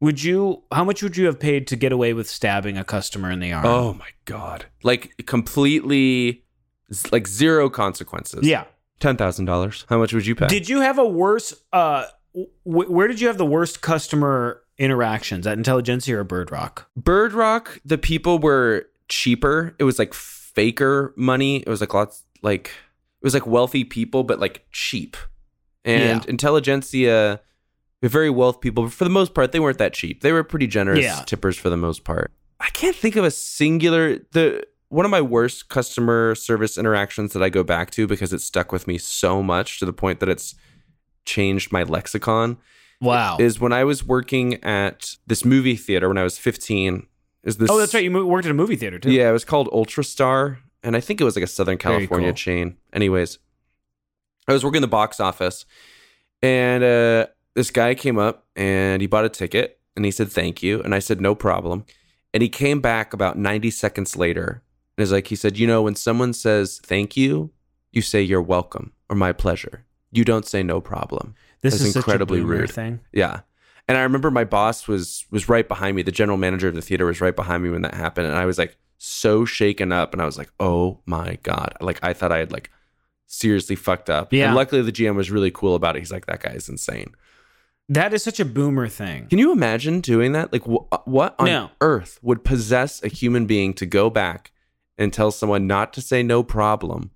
Would you? How much would you have paid to get away with stabbing a customer in the arm? Oh my god! Like completely, z- like zero consequences. yeah. ten thousand dollars. How much would you pay? Did you have a worse? Uh, w- where did you have the worst customer interactions at Intelligentsia or Bird Rock? Bird Rock? The people were cheaper. It was like faker money. It was like lots like it was like wealthy people, but like cheap. And intelligentsia, were very wealthy people. But for the most part, they weren't that cheap. They were pretty generous Yeah. tippers for the most part. I can't think of a singular the one of my worst customer service interactions that I go back to because it stuck with me so much to the point that it's changed my lexicon Wow. is when I was working at this movie theater when I was 15. Is this? oh, that's right. You mo- worked at a movie theater too. Yeah, it was called Ultra Star, and I think it was like a Southern Very California cool. chain. Anyways, I was working the box office, and uh, this guy came up and he bought a ticket, and he said thank you, and I said no problem, and he came back about 90 seconds later, and is like he said, you know, when someone says thank you, you say you're welcome or my pleasure. You don't say no problem. This That's is such a incredibly boomer rude. thing. Yeah. And I remember my boss was was right behind me. The general manager of the theater was right behind me when that happened and I was like so shaken up and I was like, "Oh my god." Like I thought I had like seriously fucked up. Yeah. And luckily the GM was really cool about it. He's like, "That guy is insane." That is such a boomer thing. Can you imagine doing that? Like wh- uh, what on No. earth would possess a human being to go back and tell someone not to say no problem?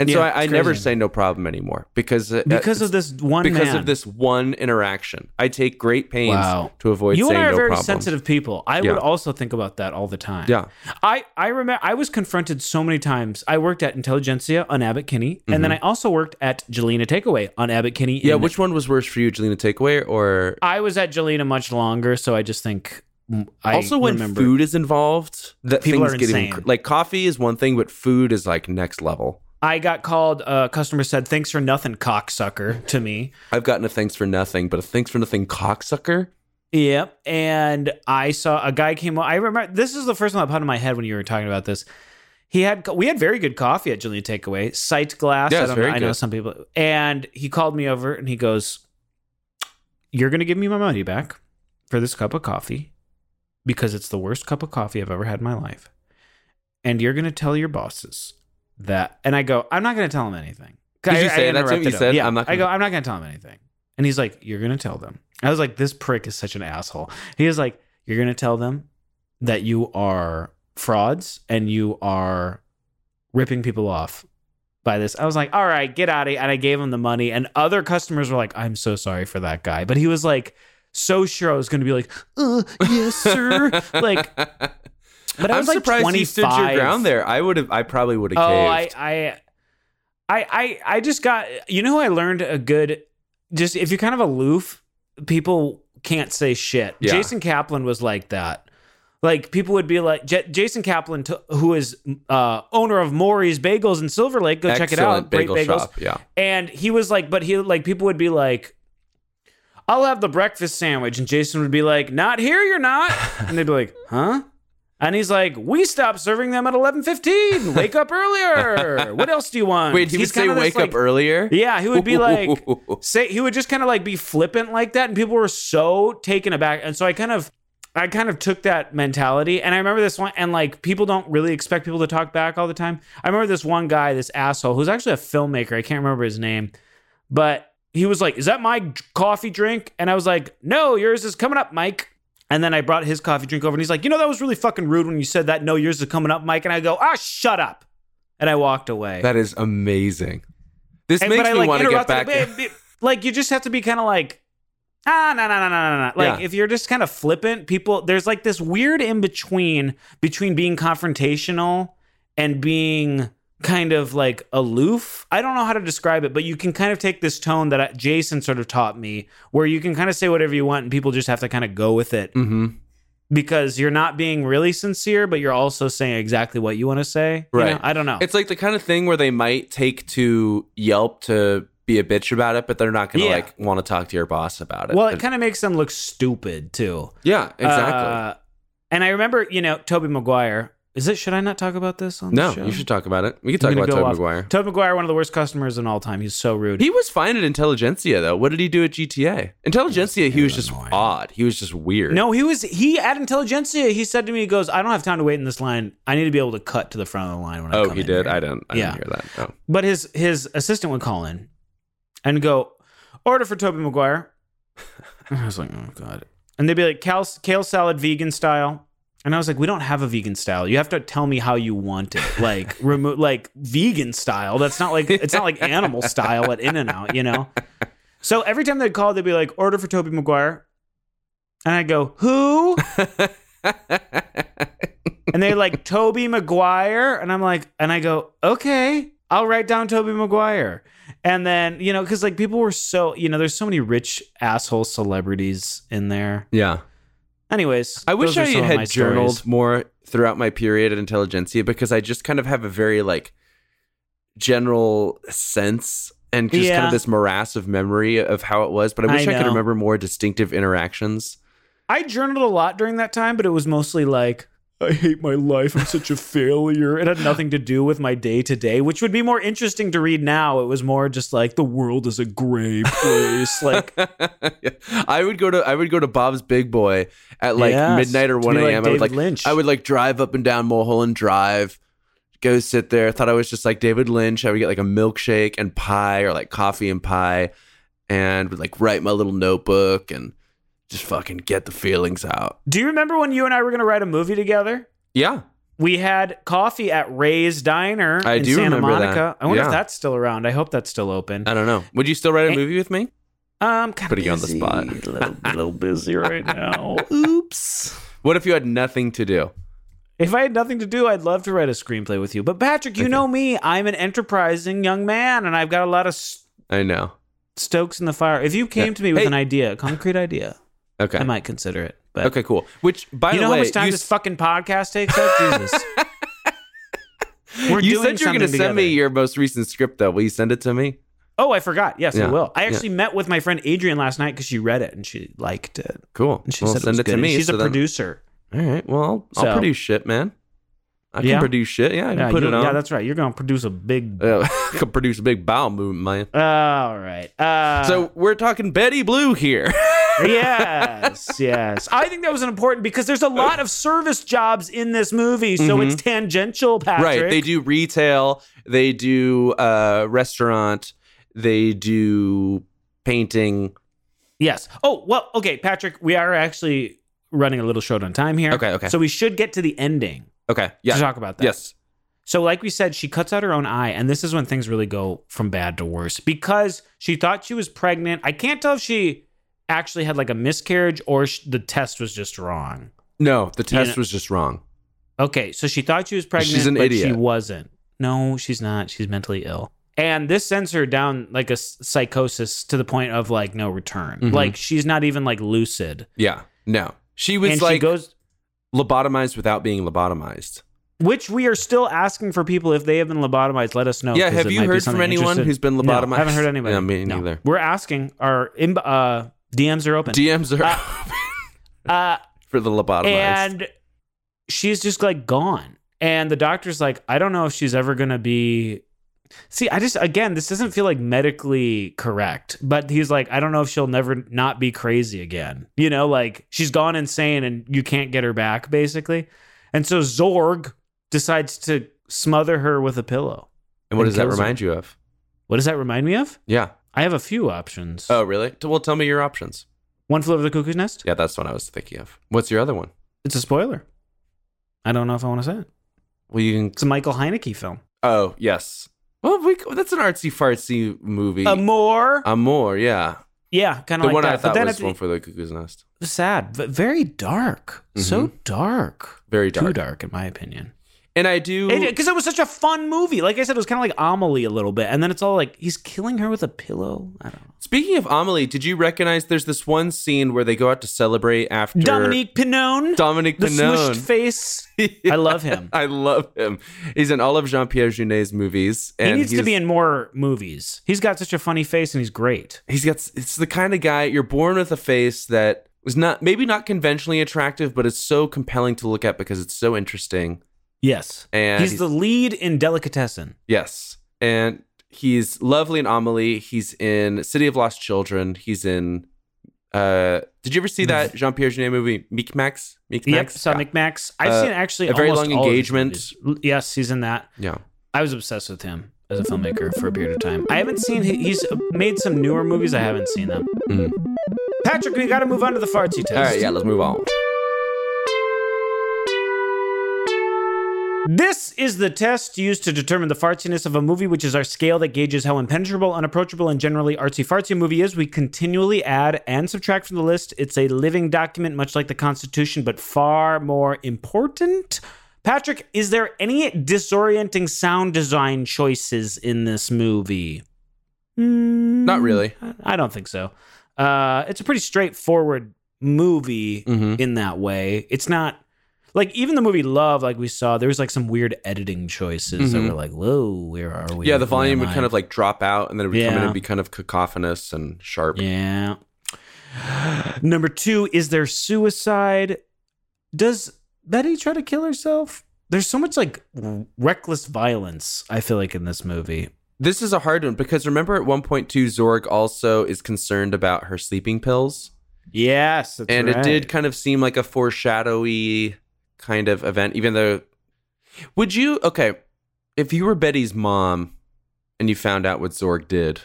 And so Yeah, I, I it's never crazy. say no problem anymore because uh, Because uh, of this one because man. of this one interaction. I take great pains Wow. to avoid You and saying I are no very problem. sensitive people. I Yeah. would also think about that all the time. Yeah. I I remember I was confronted so many times. I worked at Intelligentsia on Abbott Kinney, and then I also worked at Jelena Takeaway on Abbott Kinney. Mm-hmm. Yeah, in- which one was worse for you, Jelena Takeaway or I was at Jelena much longer, so I just think mm, I also when remember. food is involved, that People things are get even insane. cr- like coffee is one thing, but food is like next level. I got called. A customer said, "Thanks for nothing, cocksucker," to me. I've gotten a thanks for nothing, but a thanks for nothing cocksucker. Yep. And I saw a guy came. I remember this is the first one that popped in my head when you were talking about this. He had we had very good coffee at Julia Takeaway. Sight Glass. Yeah, I it's don't know. very I know good. some people. And he called me over and he goes, "You're going to give me my money back for this cup of coffee because it's the worst cup of coffee I've ever had in my life." And you're going to tell your bosses that. And I go, "I'm not going to tell them anything." Did I- you say I that to him? interrupted You him. said, Yeah. "I'm not I gonna- go, I'm not going to tell them anything. And he's like, You're going to tell them. I was like, This prick is such an asshole. He was like, You're going to tell them that you are frauds and you are ripping people off by this. I was like, All right, get out of here. And I gave him the money. And other customers were like, I'm so sorry for that guy. But he was like, so sure I was going to be like, uh, (laughs) yes, sir. like, but I I'm was like surprised 25. you stood your ground there. I would have. I probably would have Oh, I, caved. I, I, I, I just got. You know, who I learned a good. Just if you're kind of aloof, people can't say shit. Yeah. Jason Kaplan was like that. Like people would be like J- Jason Kaplan, t- who is uh, owner of Maury's Bagels in Silver Lake. Go check it out. Excellent Bagel Great bagels. shop. Yeah. And he was like, but he like people would be like, I'll have the breakfast sandwich, and Jason would be like, Not here, (laughs) you're not. And they'd be like, Huh? And he's like, We stopped serving them at eleven fifteen. Wake up (laughs) earlier. What else do you want? Wait, he He's would say kinda this, wake like- up earlier. Yeah, he would be like, Ooh. say he would just kind of like be flippant like that and people were so taken aback and so i kind of i kind of took that mentality and i remember this one and like people don't really expect people to talk back all the time i remember this one guy this asshole who's actually a filmmaker i can't remember his name but he was like is that my coffee drink and i was like no yours is coming up mike and then I brought his coffee drink over, and he's like, "You know, that was really fucking rude when you said that. No, yours is coming up, Mike." And I go, "Ah, shut up," and I walked away. That is amazing. This And- makes but I me like want to get interrupted. back. Like, babe, babe, like you just have to be kind of like, ah, no, no, no, no, no, no. Like Yeah. if you're just kind of flippant, people there's like this weird in between between being confrontational and being kind of like aloof. I don't know how to describe it, but you can kind of take this tone that I, Jason sort of taught me, where you can kind of say whatever you want and people just have to kind of go with (laughs) it mm-hmm. because you're not being really sincere, but you're also saying exactly what you want to say. you Right. know? I don't know. It's like the kind of thing where they might take to Yelp to be a bitch about it, but they're not going to Yeah. like want to talk to your boss about it. well, But- it kind of makes them look stupid too. yeah, exactly. Uh, and I remember, you know, Toby Maguire. Is it? Should I not talk about this on no, the show? you should talk about it. We can talk I'm gonna about go Toby off. Maguire. Toby Maguire, one of the worst customers in all time. He's so rude. He was fine at Intelligentsia though. What did he do at GTA? Intelligentsia, he was just annoying. odd. He was just weird. no, he was he at Intelligentsia. He said to me, "He goes, I don't have time to wait in this line. I need to be able to cut to the front of the line when I Oh, come he in did. here." I didn't. I Yeah. didn't hear that. Oh. But his his assistant would call in and go, order for Toby Maguire. (laughs) And I was like, oh god. And they'd be like, kale, kale salad vegan style. And I was like, we don't have a vegan style. You have to tell me how you want it. Like remove like vegan style. That's not like it's not like animal style at In and Out, you know? So every time they'd call, they'd be like, order for Toby Maguire. And I'd go, who? and they like Toby Maguire, and I'm like, and I go, okay, I'll write down Toby Maguire, and then you know, because like people were so, you know, there's so many rich asshole celebrities in there. Yeah. Anyways, I wish those are I some of had my journaled stories. more throughout my period at Intelligentsia because I just kind of have a very like general sense and just kind Yeah. of this morass of memory of how it was. But I wish I I, could know. remember more distinctive interactions. I journaled a lot during that time, but it was mostly like. I hate my life. (laughs) I'm such a failure. It had nothing to do with my day to day, which would be more interesting to read now. It was more just like the world is (laughs) a gray place. Like I would go to I would go to Bob's Big Boy at like Yes, midnight or to be one like a.m. I David would like Lynch. I would like drive up and down Mulholland Drive, go sit there. Thought I was just like David Lynch. I would get like a milkshake and pie or like coffee and pie, and would like write my little notebook and just fucking get the feelings out. Do you remember when you and I were going to write a movie together? Yeah, We had coffee at Ray's Diner I in do Santa remember that. Monica. I wonder if Yeah. that's still around. I hope that's still open. I don't know. Would you still write Eh. a movie with me? Um, kind Putting you on the spot. a little, little busy right now. Oops. What if you had nothing to do? if I had nothing to do, I'd love to write a screenplay with you. But Patrick, you Okay. know me. I'm an enterprising young man, and I've got a lot of s- I know. stokes in the fire. If you came Yeah. to me with Hey. an idea, a concrete idea, Okay. I might consider it. But Okay, cool. Which, by you the know way, how much time you this fucking podcast takes up? Jesus. (laughs) We're you doing said you were going to something send me together. your most recent script, though. Will you send it to me? Oh, I forgot. Yes, I Yeah. will. I actually met with my friend Adrian last night because she read it and she liked it. Cool. And she Well, said send it, was it, good. to And me. She's so a then- producer. All right. Well, I'll, I'll So- produce shit, man. I can Yeah. produce shit. Yeah, I can yeah, put you- it on. yeah, that's right. You're gonna produce a big. Uh, (laughs) I can produce a big bowel movement, man. all right. Uh, so (laughs) we're talking Betty Blue here. (laughs) yes, yes. I think that was an important because Uh, there's a lot of service jobs in this movie, so it's tangential, Patrick. Mm-hmm. Right. They do retail, they do uh, restaurant, they do painting. Yes. Oh, well, okay, Patrick, we are actually running a little short on time here. Okay, okay. So we should get to the ending Okay. Yeah. to talk about that. Yes. So, like we said, she cuts out her own eye, and this is when things really go from bad to worse because she thought she was pregnant. I can't tell if she actually had like a miscarriage or sh- the test was just wrong. No, the test know- was just wrong. Okay, so she thought she was pregnant, She's an but idiot. she wasn't. No, she's not. She's mentally ill. And this sends her down like a s- psychosis to the point of like no return. Mhm. Like she's not even like lucid. Yeah. No. She was and she like goes lobotomized without being lobotomized. which we are still asking for people if they have been lobotomized, let us know. yeah. 'cause Have it you might be heard from something anyone interested- who's been No, lobotomized? I haven't heard anybody. Yeah, me No. neither. We're asking our in- uh, DMs are open. DMs are uh, for the lobotomized. and she's just like gone and the doctor's like i don't know if she's ever gonna be see i just again this doesn't feel like medically correct but he's like i don't know if she'll never not be crazy again you know like she's gone insane and you can't get her back basically and so zorg decides to smother her with a pillow And what and does that kills her. remind you of? what does that remind me of Yeah. i have a few options Oh, really? T- Well, tell me your options. one flew over the cuckoo's nest Yeah, that's what I was thinking of. What's your other one? it's a spoiler i don't know if i want to say it Well, you can. it's a michael heineke film Oh, yes. Well, we, that's an artsy fartsy movie. a more Amor, yeah. Yeah, kind The of like one that. I but thought then was it, one for the cuckoo's nest. it was sad, but very dark. So dark. Mm-hmm. Very Too dark. dark, in my opinion. And I do. Because it, was such a fun movie. Like I said, it was kind of like Amelie a little bit. And then it's all like, he's killing her with a pillow. I don't know. Speaking of Amelie, did you recognize there's this one scene where they go out to celebrate after Dominique (laughs) Pinone. Dominique the smushed Pinon. face. (laughs) I love him. I love him. He's in all of Jean Pierre Junet's movies. He And needs to he's- be in more movies. He's got such a funny face and he's great. He's got. It's the kind of guy you're born with a face that is not maybe not conventionally attractive, but it's so compelling to look at because it's so interesting. Yes. And he's the lead in Delicatessen. Yes. And he's lovely in Amelie. He's in City of Lost Children. He's in uh did you ever see that Jean Pierre Jeunet movie Micmacs? Mm-hmm. Yep, Micmacs? saw Micmacs. I've Uh, seen actually A Very almost Long all of his Engagement. movies. Yes, he's in that. Yeah. I was obsessed with him as a filmmaker for a period of time. I haven't seen he- he's made some newer movies. I haven't seen them. Mm. Patrick, we got to move on to the fartsy test. All right, yeah, let's move on. This is the test used to determine the fartsiness of a movie, which is our scale that gauges how impenetrable, unapproachable, and generally artsy fartsy a movie is. We continually add and subtract from the list. It's a living document, much like the Constitution, but far more important. Patrick, is there any disorienting sound design choices in this movie? Hmm. Not really. I don't think so. Uh, it's a pretty straightforward movie Mhm. in that way. It's not like even the movie Love, like we saw, there was like some weird editing choices Mhm. that were like, "Whoa, where are we?" Yeah, the Who volume am would I?" kind of like drop out and then it would come in Yeah. and be kind of cacophonous and sharp. yeah. Number two, is there suicide? Does Betty try to kill herself? There's so much like reckless violence. I feel like in this movie. This is a hard one because remember at 1.2 Zorg also is concerned about her sleeping pills. Yes, that's and it right. did kind of seem like a foreshadowy kind of event even though would you okay if you were betty's mom and you found out what zorg did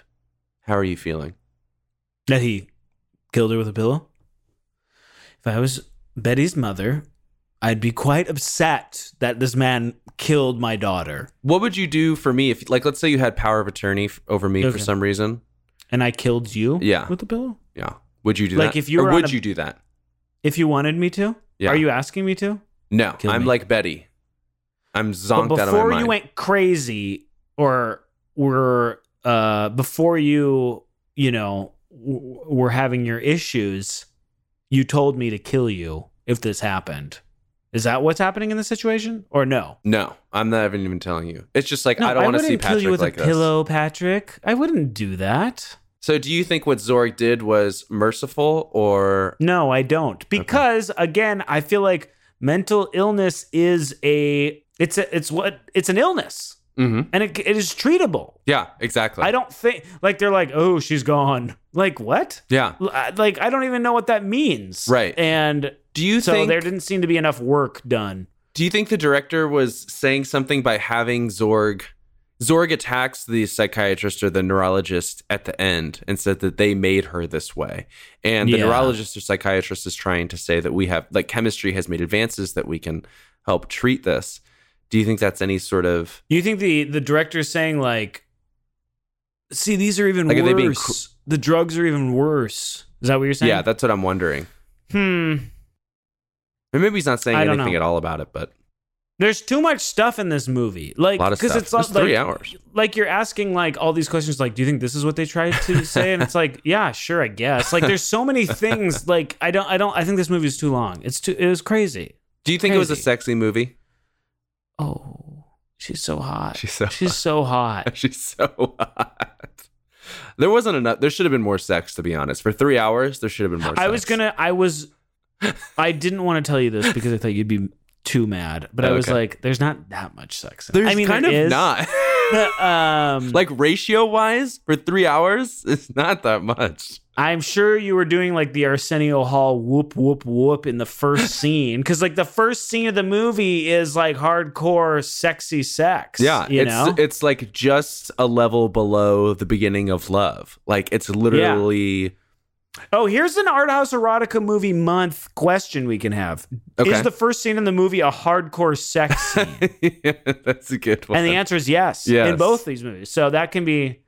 how are you feeling That he killed her with a pillow? If I was Betty's mother, I'd be quite upset that this man killed my daughter what would you do for me if like let's say you had power of attorney f- over me for Okay. some reason and I killed you Yeah. with a pillow. yeah would you do Like, that if you or were on would a- you do that If you wanted me to? Yeah. Are you asking me to? no Kill i'm me. like betty i'm But zonked out of my before mind you went crazy or were uh before you, you know, w- were having your issues, you told me to kill you if this happened. Is that what's happening in this situation, or no? No, I'm not even even telling you. It's just like No, I don't want to wouldn't see kill Patrick you with like a this. pillow, Patrick. I wouldn't do that. So, do you think what Zorik did was merciful, or No, I don't. Because again, I feel like mental illness is a it's a it's what it's an illness, Mhm. and it, it is treatable. yeah, exactly? I don't think like they're like, oh, she's gone. Like what? Yeah. L- I- Like I don't even know what that means. Right. And Do you so think there didn't seem to be enough work done. Do you think the director was saying something by having Zorg? Zorg attacks the psychiatrist or the neurologist at the end and said that they made her this way. And the Yeah. neurologist or psychiatrist is trying to say that we have, like, chemistry has made advances that we can help treat this. Do you think that's any sort of, You think the the director's saying like, see, these are even Like, are worse. they being the drugs are even worse. Is that what you're saying? yeah, that's what I'm wondering. hmm. And maybe he's not saying I don't anything know. at all about it, but There's too much stuff in this movie. Like, a lot of because stuff. it's, not It's three like, hours. like you're asking like all these questions like do you think this is what they tried (laughs) to say and it's like yeah sure i guess like there's so many (laughs) things like i don't i don't i think this movie is too long it's too it was crazy Do you think it was a Crazy. sexy movie? (laughs) oh she's so hot She's so (laughs) she's so hot She's so hot. There wasn't enough. There should have been more sex, to be honest. For three hours, there should have been more. i was sex. gonna (laughs) i was i didn't want to tell you this because i thought you'd be too mad but i was Okay. like there's not that much sex in it. There's i mean kind there of is, not. (laughs) but, (laughs) um like ratio wise, for three hours, it's not that much. I'm sure you were doing like the Arsenio Hall whoop whoop whoop in (laughs) the first scene because like the first scene of the movie is like hardcore sexy sex. Yeah, you it's know. it's like just a level below the beginning of love. Like it's literally oh, here's an art house erotica movie month question we can have: Okay. Is the first scene in the movie a hardcore sex scene? (laughs) that's a good one. and the answer is yes, in Yes. both these movies. So that can be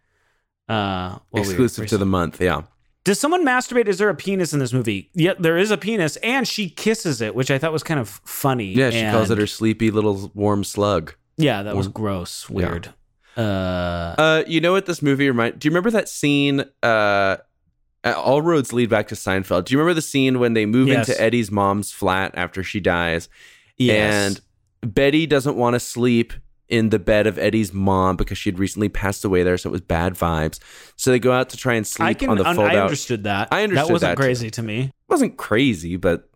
uh what we were- exclusive to the month. Yeah, Does someone masturbate? Is there a penis in this movie? Yeah, there is a penis, and she kisses it, which I thought was kind of funny. yeah. She calls it and- her sleepy little warm slug. Yeah, that was Or- gross. Yeah. Weird. Uh, Uh, you know what this movie remind? Do you remember that scene? Uh, all roads lead back to Seinfeld. Do you remember the scene when they move Yes. into Eddie's mom's flat after she dies, yes. and Betty doesn't want to sleep in the bed of Eddie's mom because she had recently passed away there, so it was bad vibes. So they go out to try and sleep I can. on the un- fold I out. understood that. I understood that wasn't that, too. crazy to me. It wasn't crazy, but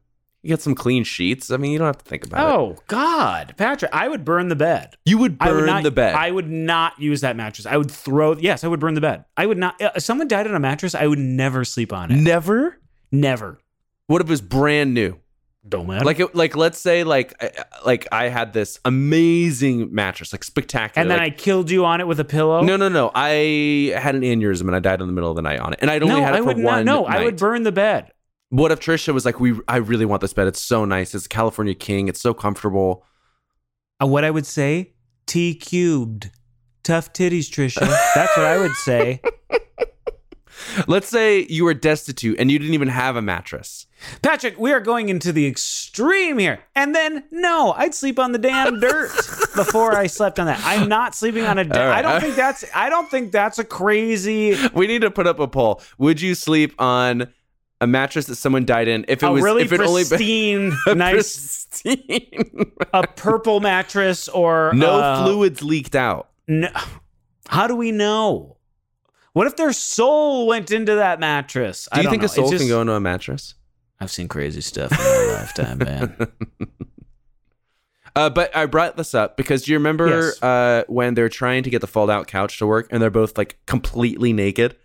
you get some clean sheets. I mean, you don't have to think about it. Oh God, Patrick! I would burn the bed. You would burn I would not, the bed. I would not use that mattress. I would throw. Yes, I would burn the bed. I would not. If someone died on a mattress, I would never sleep on it. Never. Never. What if it was brand new? Don't matter. like it, like let's say like I- like I had this amazing mattress, like spectacular. and then I killed you on it with a pillow. no no no I had an aneurysm and I died in the middle of the night on it, and I'd only no, had it I for would one. not. No, I would night. burn the bed. what if Trisha was like, we I really want this bed. It's so nice. It's California King. It's so comfortable. Uh, what I would say, T cubed, tough titties, Trisha. That's what I would say. Let's say you were destitute and you didn't even have a mattress. Patrick, we are going into the extreme here. And then, no, I'd sleep on the damn dirt (laughs) before I slept on that. I'm not sleeping on a dirt. All right. I don't think that's. I don't think that's a crazy. We need to put up a poll. Would you sleep on a mattress that someone died in if it a was really if it only (laughs) been pristine, nice, (laughs) pristine? (laughs) a purple mattress or no uh, fluids leaked out? No, how do we know? What if their soul went into that mattress? Do I you don't think know. a soul It's just- can go into a mattress? I've seen crazy stuff in my (laughs) lifetime, man. Uh, but I brought this up because do you remember Yes. uh, when they're trying to get the fold out couch to work and they're both like completely naked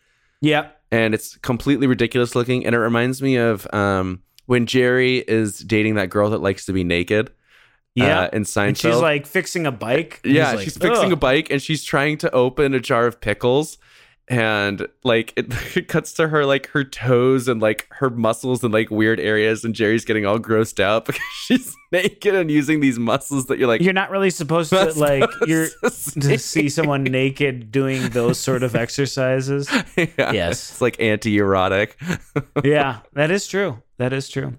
Yep. and it's completely ridiculous looking and it reminds me of um, when Jerry is dating that girl that likes to be naked Yeah. uh, in Seinfeld. and she's like fixing a bike. and yeah, he's like, she's fixing a "Ugh." bike and she's trying to open a jar of pickles and like it, (laughs) it cuts to her like her toes and like her muscles and like weird areas and Jerry's getting all grossed out (laughs) because she's naked and using these muscles that you're like you're not really supposed to That's like (laughs) (laughs) you're to It's see someone naked doing those (laughs) sort of exercises. Yes. It's like anti-erotic. Yeah, that is true. That is true.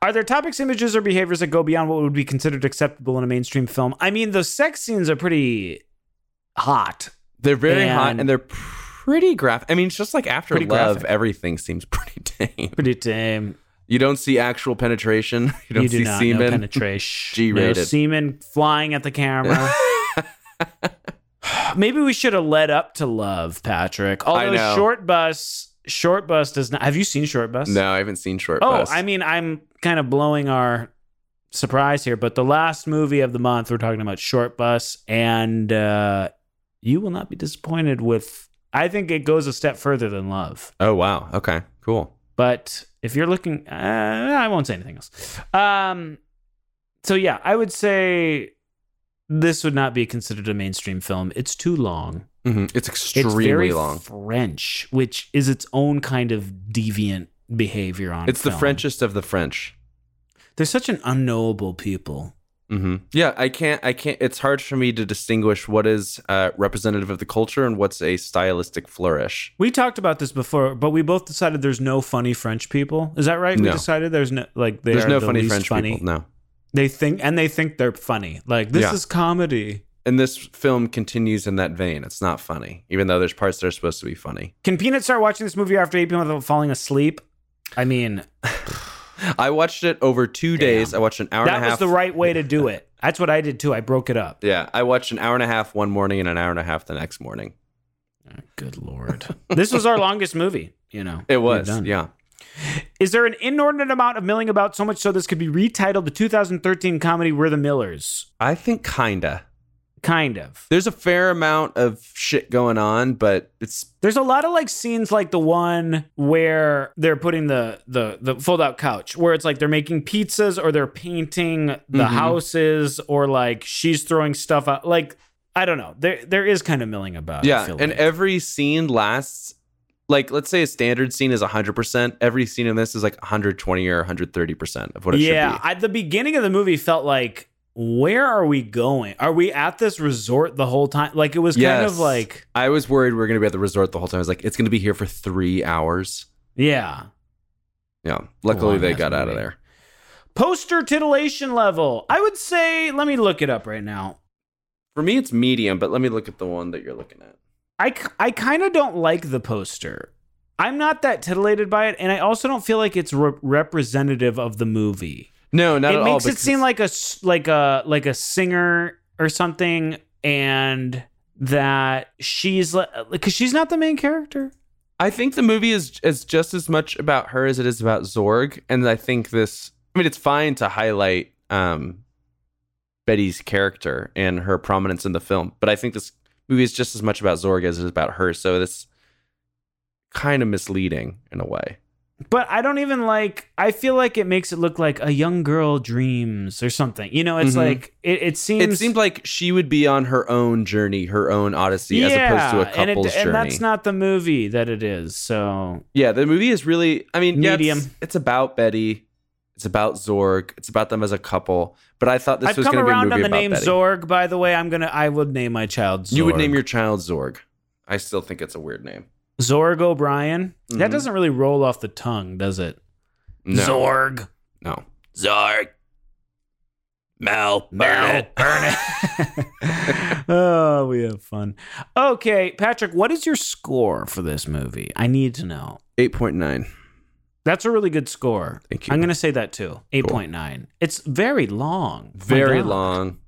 Are there topics, images, or behaviors that go beyond what would be considered acceptable in a mainstream film? I mean, those sex scenes are pretty hot. They're very hot And- and they're pretty graphic. I mean, it's just like after Pretty love, graphic. everything seems (laughs) pretty tame. Pretty tame. You don't see actual penetration. (laughs) You don't you do see not know semen. (laughs) penetration. G-rated. No semen flying at (laughs) the camera. Maybe we should have led up to love, Patrick. Although know. short bus, short bus does not. Have you seen short bus? no, I haven't seen short. Oh, Bus. I mean, I'm kind of blowing our surprise here, but the last movie of the month, we're talking about Short Bus, and uh, you will not be disappointed with. I think it goes a step further than love. Oh wow. Okay. Cool. But if you're looking, uh, I won't say anything else. Um, so yeah, I would say this would not be considered a mainstream film. It's too long. hmm It's It's extremely very long. French, which is its own kind of deviant behavior on. It's the film. Frenchest of the French. They're such an unknowable people. hmm Yeah, I can't. I can't. It's hard for me to distinguish what is uh, representative of the culture and what's a stylistic flourish. We talked about this before, but we both decided there's no funny French people. Is that right? We No. decided there's no like they There's are no the funny least French people. No. They think and they think they're funny. Like this Yeah. is comedy. And this film continues in that vein. It's not funny, even though there's parts that are supposed to be funny. Can Peanut start watching this movie after 8 p.m. without falling asleep? I mean, I watched it over two days. I watched an hour that and a was half. the right way to do it. That's what I did too. I broke it up. Yeah, I watched an hour and a half one morning and an hour and a half the next morning. Good lord. (laughs) this was our longest movie, you know. It we've was, done. yeah. Is there an inordinate amount of milling about so much so this could be retitled the 2013 comedy We're the Millers? I think kinda. Kind of. There's a fair amount of shit going on, but it's There's a lot of like scenes like the one where they're putting the the the fold out couch where it's like they're making pizzas or they're painting the Mhm. houses or like she's throwing stuff out like I don't know. There there is kind of milling about. I yeah. feel And like. every scene lasts like let's say a standard scene is 100%, every scene in this is like 120 or 130% of what it yeah, should be. at the beginning of the movie felt like where are we going? Are we at this resort the whole time? Like it was kind of Yes. like I was worried we were going to be at the resort the whole time. I was like it's going to be here for 3 hours. yeah. Yeah. Luckily long they ass got out of movie. there. Poster titillation level. I would say let me look it up right now. For me it's medium, but let me look at the one that you're looking at. I, kind of don't like the poster. I'm not that titillated by it, and I also don't feel like it's re- representative of the movie. No, not it at all. makes it because seem it's- like a s- like a like a singer or something, and that she's because she's not the main character. I think the movie is is just as much about her as it is about Zorg, and I think this. I mean, it's fine to highlight um, Betty's character and her prominence in the film, but I think this movie is just as much about Zorg as it is about her. So that's kind of misleading in a way. But I don't even like. I feel like it makes it look like a young girl dreams or something. You know, it's Mhm. like it, it seems. It seemed like she would be on her own journey, her own odyssey, as opposed to a and, it, couple's journey. and that's not the movie that it is. So Yeah, the movie is really. I mean, yeah, it's- Medium. It's, about Betty. It's about Zorg. It's about them as a couple. But I thought this I've was come going to be a around movie on the about name Betty. Zorg. By the way, I'm gonna I would name my child. Zorg. You would name your child Zorg. I still think it's a weird name. Zorg O'Brien. That Mhm. doesn't really roll off the tongue, does it? No, Zorg. no, Zorg. Mel, Burn it. (laughs) Burn it. oh, we have fun. Okay, Patrick, what is your score for this movie? I need to know. Eight point nine. That's a really good score. Thank you. I'm gonna say that too. Eight point nine. It's very long. My Very God. long.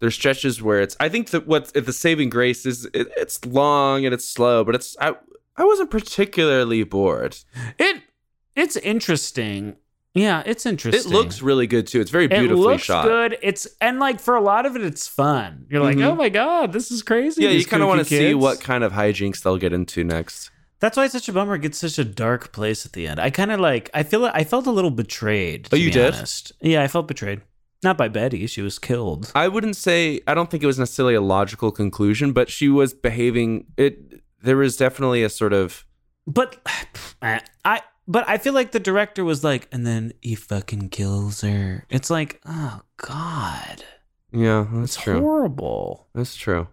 There's stretches where it's. I think that what the saving grace is. It, it's long and it's slow, but it's. I I wasn't particularly bored. It. It's interesting. Yeah, it's It interesting. looks really good too. It's very beautifully it looks shot. good. It's and like for a lot of it, it's fun. You're like, Mhm. oh my god, this is crazy. Yeah, you these kind of want to kooky see kids." what kind of hijinks they'll get into next. That's why it's such a bummer. It gets such a dark place at the end. I kind of like. I feel. I felt a little betrayed. To Oh, you be did? Honest. Yeah, I felt betrayed. Not by Betty. She was killed. I wouldn't say I don't think it was necessarily a logical conclusion, but she was behaving it there was definitely a sort of But (sighs) eh, I. But I feel like the director was like, and then he fucking kills her. It's like, oh god, yeah, that's it's true. horrible. That's true.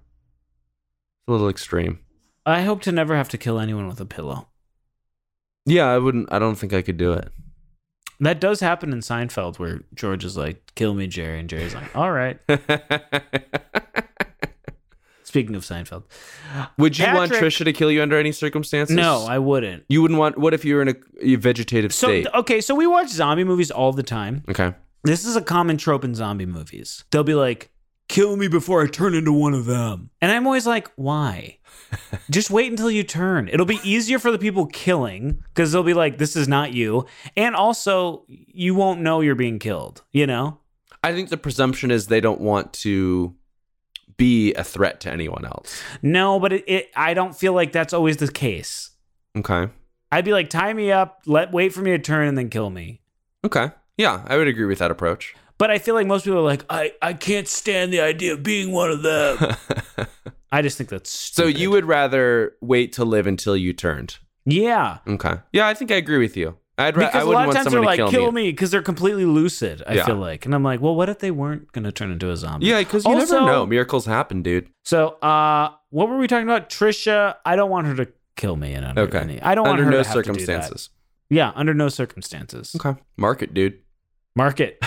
A little extreme. I hope to never have to kill anyone with a pillow. Yeah, I wouldn't I don't think I could do it. (laughs) That does happen in Seinfeld where George is like, kill me, Jerry. And Jerry's like, all right. Speaking of Seinfeld, Would you want Patrick- Trisha to kill you under any circumstances? no, I wouldn't. you wouldn't want. What if you were in a, a vegetative So state? okay, so we watch zombie movies all the time. okay. This is a common trope in zombie movies. They'll be like, "Kill me before I turn into one of them," and I'm always like, "Why? Just wait until you turn. It'll be easier for the people killing because they'll be like, "This is not you," and also you won't know you're being killed. You know? I think the presumption is they don't want to be a threat to anyone else. No, but it, it I don't feel like that's always the case. Okay. I'd be like, tie me up, let wait for me to turn, and then kill me. Okay. Yeah, I would agree with that approach. (laughs) But I feel like most people are like, I, I can't stand the idea of being one (laughs) of them. I just think that's so stupid. you would rather wait to live until you turned. yeah, Okay. Yeah, I think I agree with you. I'd ra- I because a wouldn't lot of want times they're someone like, to kill, kill, me because they're completely lucid. I Yeah. feel like, and I'm like, well, what if they weren't gonna turn into a zombie? Yeah, because you Also- never know. Miracles happen, dude. So, uh, what were we talking about? Trisha, I don't want her to kill me. And under Okay. any- I don't want Under her no to have to do that. circumstances. Yeah, under no circumstances. Okay. Market, dude. (laughs) Mark it,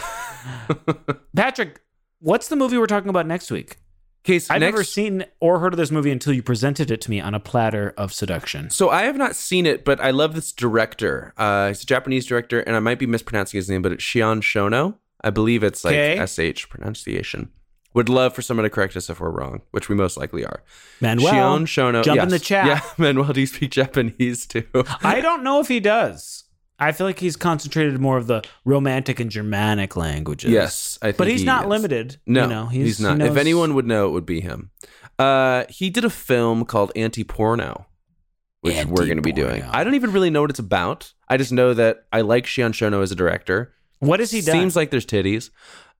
Patrick. What's the movie we're talking about next week? Okay, so I've next. never seen or heard of this movie until you presented it to me on a platter of seduction. so I have not seen it, but I love this director. Uh, he's a Japanese director, and I might be mispronouncing his name, but it's Shion Shono. I believe it's like Okay. SH pronunciation. Would love for someone to correct us if we're wrong, which we most likely are. Manuel, Shion Shono. jump in yes. the chat. Yeah, (laughs) Manuel, do you speak Japanese (laughs) too? I don't know if he does. I feel like he's concentrated more of the romantic and Germanic languages. yes, I think but he's he not is. limited. No, you know, he's, he not. If knows- anyone would know, it would be him. Uh, he did a film called Anti Porno, which we're going to be doing. Anti-Porno. I don't even really know what it's about. I just know that I like Shion Shono as a director. what has he done? Seems like there's titties.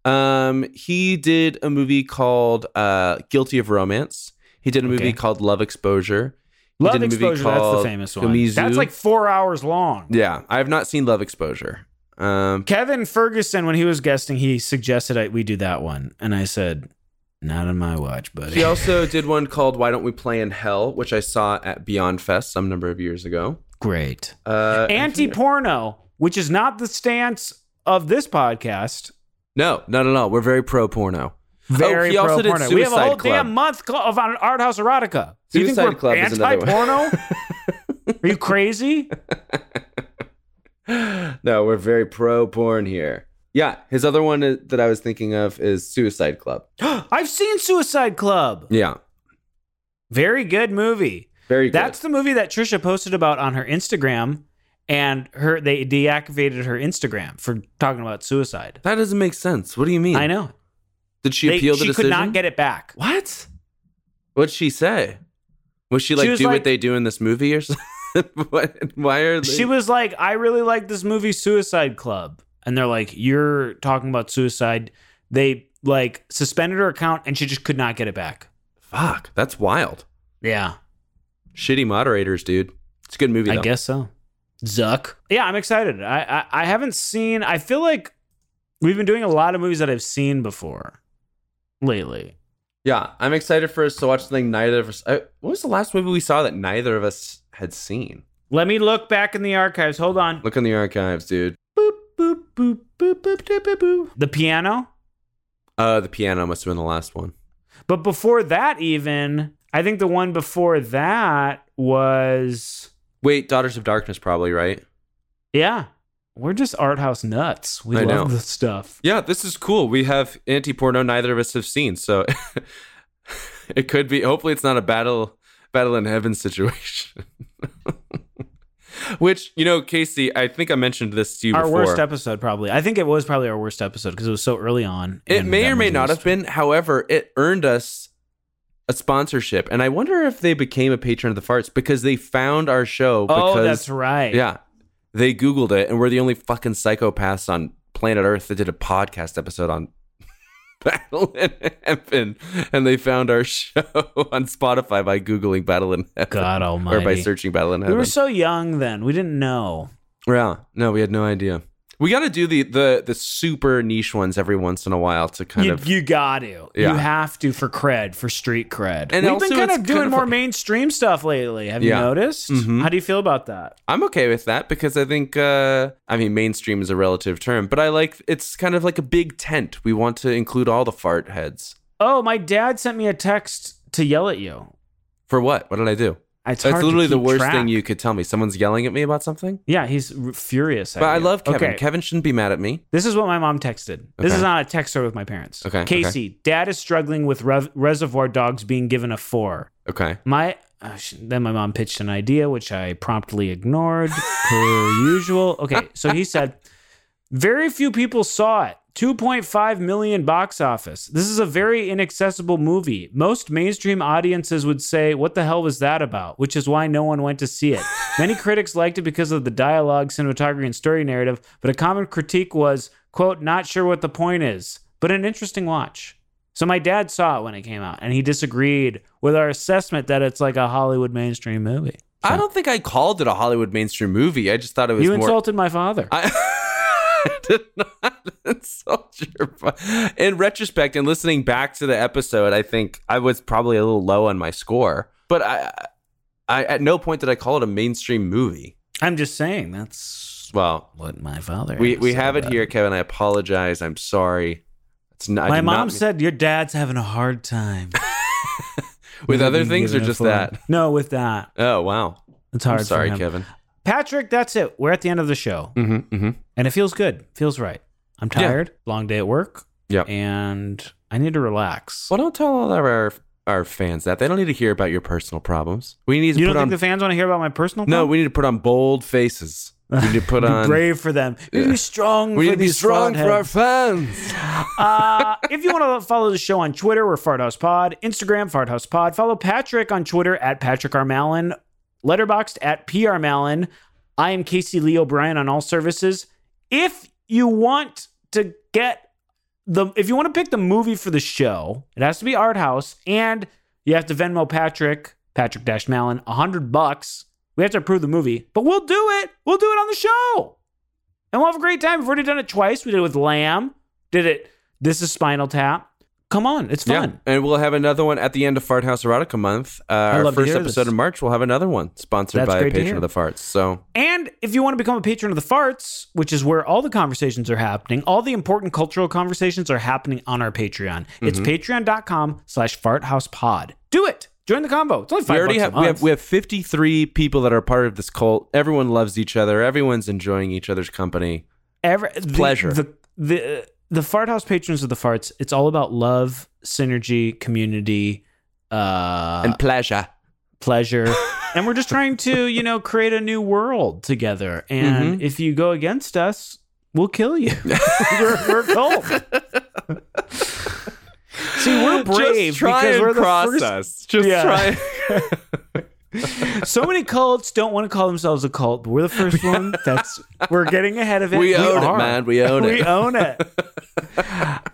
Um, he did a movie called uh, Guilty of Romance. He did a movie Okay. called Love Exposure. He Love did a movie Exposure. That's the called famous one. Gumizu. That's like four hours long. yeah, I have not seen Love Exposure. Um, Kevin Ferguson, when he was guesting, he suggested I, we do that one, and I said, "Not on my watch, buddy." He also did one called "Why Don't We Play in Hell," which I saw at Beyond Fest some number of years ago. Great. (laughs) Uh, anti porno, which is not the stance of this podcast. No, not at all. We're very pro porno. (gasps) Very Oh, he also pro did porno. We have a Suicide whole Club. damn month cl- of on art house erotica. Do you think Suicide we're Club is anti another one. porno? (laughs) Are you crazy? No, we're very pro porn here. Yeah, his other one is- that I was thinking of is Suicide (laughs) Club. I've seen Suicide Club. Yeah, Very good movie. very good. That's the movie that Trisha posted about on her Instagram, and her they deactivated her Instagram for talking about suicide. that doesn't make sense. What do you mean? I know. Did she They- appeal the she decision? could not get it back. what? What'd she say? Was she like was do like- what they do in this movie or (laughs) something? What- Why are they? She was like, I really like this movie Suicide Club. And they're like, You're talking about suicide. They like suspended her account and she just could not get it back. Fuck, that's wild. Yeah. Shitty moderators, dude. It's a good movie. I though. guess so. Zuck. Yeah, I'm excited. I, I I haven't seen I feel like we've been doing a lot of movies that I've seen before lately. Yeah, I'm excited for us to watch something neither of us. I, what was the last movie we saw that neither of us had seen? Let me look back in the archives. Hold on. Look in the archives, dude. Boop boop boop boop boop boop boop. boop. The piano? Uh, the piano must have been the last one. But before that even, I think the one before that was Wait, Daughters of Darkness, probably right. Yeah. We're just art house nuts. We I love know. this stuff. Yeah, this is cool. We have anti-porno neither of us have seen, so (laughs) it could be. Hopefully, it's not a battle battle in heaven situation. (laughs) Which you know, Casey, I think I mentioned this to you Our before. worst episode, probably. I think it was probably our worst episode because it was so early on. It and may that or may movie not was- have been. However, it earned us a sponsorship, and I wonder if they became a patron of the farts because they found our show. Because, oh, that's right. Yeah, they Googled it, and we're the only fucking psychopaths on planet Earth that did a podcast episode on (laughs) Battle in Heaven, and they found our (laughs) show on Spotify by Googling Battle in Heaven God or by almighty. searching Battle in We Heaven. were so young then. We didn't know. yeah, no, we had no idea. We got to do the, the the super niche ones every once in a while to kind You, of you got to. You Yeah. have to for cred, for street cred. And We've also been kind it's of doing kind of more like- mainstream stuff lately. Have Yeah. you noticed? Mhm. How do you feel about that? I'm okay with that because I think uh, I mean mainstream is a relative term, but I like it's kind of like a big tent. We want to include all the fart heads. Oh, my dad sent me a text to yell at you. For what? What did I do? It's hard That's to literally the keep worst track. thing you could tell me. Someone's yelling at me about something. Yeah, he's r- furious. At But I you. love Kevin. Okay. Kevin shouldn't be mad at me. This is what my mom texted. This Okay. is not a text or with my parents. Okay, okay. Casey, dad is struggling with rev- reservoir dogs being given a four. Okay. My uh, sh- then my mom pitched an idea which I promptly ignored per usual. Okay, so he said very few people saw it. 2.5 million box office. This is a very inaccessible movie. Most mainstream audiences would say, "What the hell was that about?" which is why no one went to see it. Many critics liked it because of the dialogue, cinematography, and story narrative, but a common critique was, "quote, not sure what the point is, but an interesting watch." So my dad saw it when it came out, and he disagreed with our assessment that it's like a Hollywood mainstream movie. I don't think I called it a Hollywood mainstream movie. I just thought it was You more. insulted my father. I, I (laughs) did not insult your. fa- In retrospect and listening back to the episode, I think I was probably a little low on my score. But I, I at no point did I call it a mainstream movie. I'm just saying that's Well, what my father. we had to we say have it about here, Kevin. I apologize. I'm sorry. It's not. I My did not mom mean- said your dad's having a hard time (laughs) with other being things or given a just phone." that. No, with that, Oh wow. it's hard. I'm sorry, for him. Kevin. Patrick, that's it. We're at the end of the show, Mm-hmm, mm-hmm. and it feels good. Feels right. I'm Yeah. tired. Long day at work. Yeah. and I need to relax. Well, don't tell all of our our fans that they don't need to hear about your personal problems. We need to You put don't think on the fans want to hear about my personal? no. problem? We need to put on bold faces. We need to put Be on. brave for them. We need to be strong. We for need to be these strong for our fraudheads. fans. uh, if you want to follow the show on Twitter, we're Farthouse Pod. Instagram, Farthouse Pod. Follow Patrick on Twitter at Patrick R. Mallon. Letterboxed at PR Mallon. I am Casey Lee O'Brien on all services. If you want to get the, if you want to pick the movie for the show, it has to be Art House, and you have to Venmo Patrick, Patrick Dash Mallon, a hundred bucks. We have to approve the movie, but we'll do it. We'll do it on the show, and we'll have a great time. We've already done it twice. We did it with Lamb. Did it. This is Spinal Tap. Come on, it's fun. and we'll have another one at the end of Fart House Erotica Month. Uh, our love to first hear episode this. in March, we'll have another one sponsored That's by a great to patron of hear. the farts. So And if you want to become a patron of the farts, which is where all the conversations are happening, all the important cultural conversations are happening on our Patreon. It's Mm-hmm. patreon.com slash farthousepod. Do it. Join the convo. It's only five we already bucks have a month. we, have we have 53 people that are part of this cult. Everyone loves each other. Everyone's enjoying each other's company. Every, the, pleasure. The, the, the fart house patrons of the farts, it's all about love, synergy, community, uh, and pleasure. pleasure. (laughs) and we're just trying to, you know, create a new world together. Mm-hmm. And if you go against us, we'll kill (laughs) you. we're, we're cold. See, we're brave Just try because and we're the cross first. us. Just Yeah. (laughs) try. So many cults don't want to call themselves a cult, but we're (laughs) the first one. That's we're getting ahead of it. We own it, are. man. We own We it. (laughs) own it.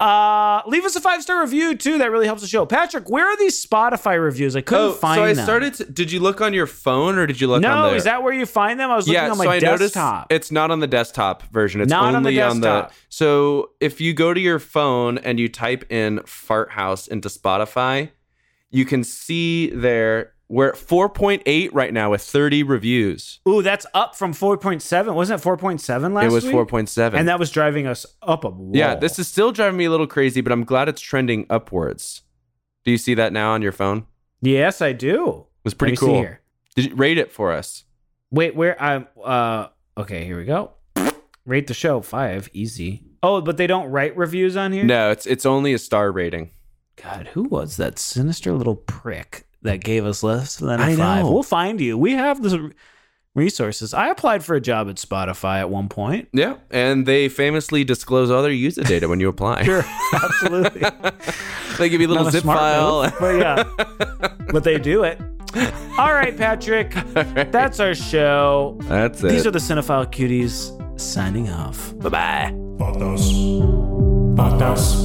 uh, leave us a five star review too. That really helps the show. Patrick, where are these Spotify reviews? I couldn't Oh, find so I them. started. To, did you look on your phone or did you look on No, the? is that where you find them? I was looking yeah, on my so I desktop. noticed it's not on the desktop version. It's Not on the only on the, desktop. So if you go to your phone and you type in "fart house" into Spotify, you can see there we're at 4.8 right now with 30 reviews. Ooh, that's up from 4.7. Wasn't it 4.7 last it was week? 4.7. And that was driving us up a wall. yeah, this is still driving me a little crazy, but I'm glad it's trending upwards. Do you see that now on your phone? It Yes, I do. was Let pretty me see cool. here. Did you rate it for us? Wait, where I'm uh okay, here we go. Rate the show 5 easy. Oh, but they don't write reviews on here? No, it's it's only a star rating. God, who was that sinister little prick that gave us less than a I five? know. We'll find you. We have the resources. I applied for a job at Spotify at one point. Yeah, and they famously disclose all their user data when you apply. (laughs) Sure, absolutely. They give you a little Not zip smart file. move, but yeah, (laughs) but they do it. All right, Patrick, that's our show. That's it. These are the Cinephile Cuties signing off. Bye bye. Patas. Patas.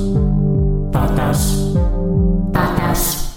Patas. Patas.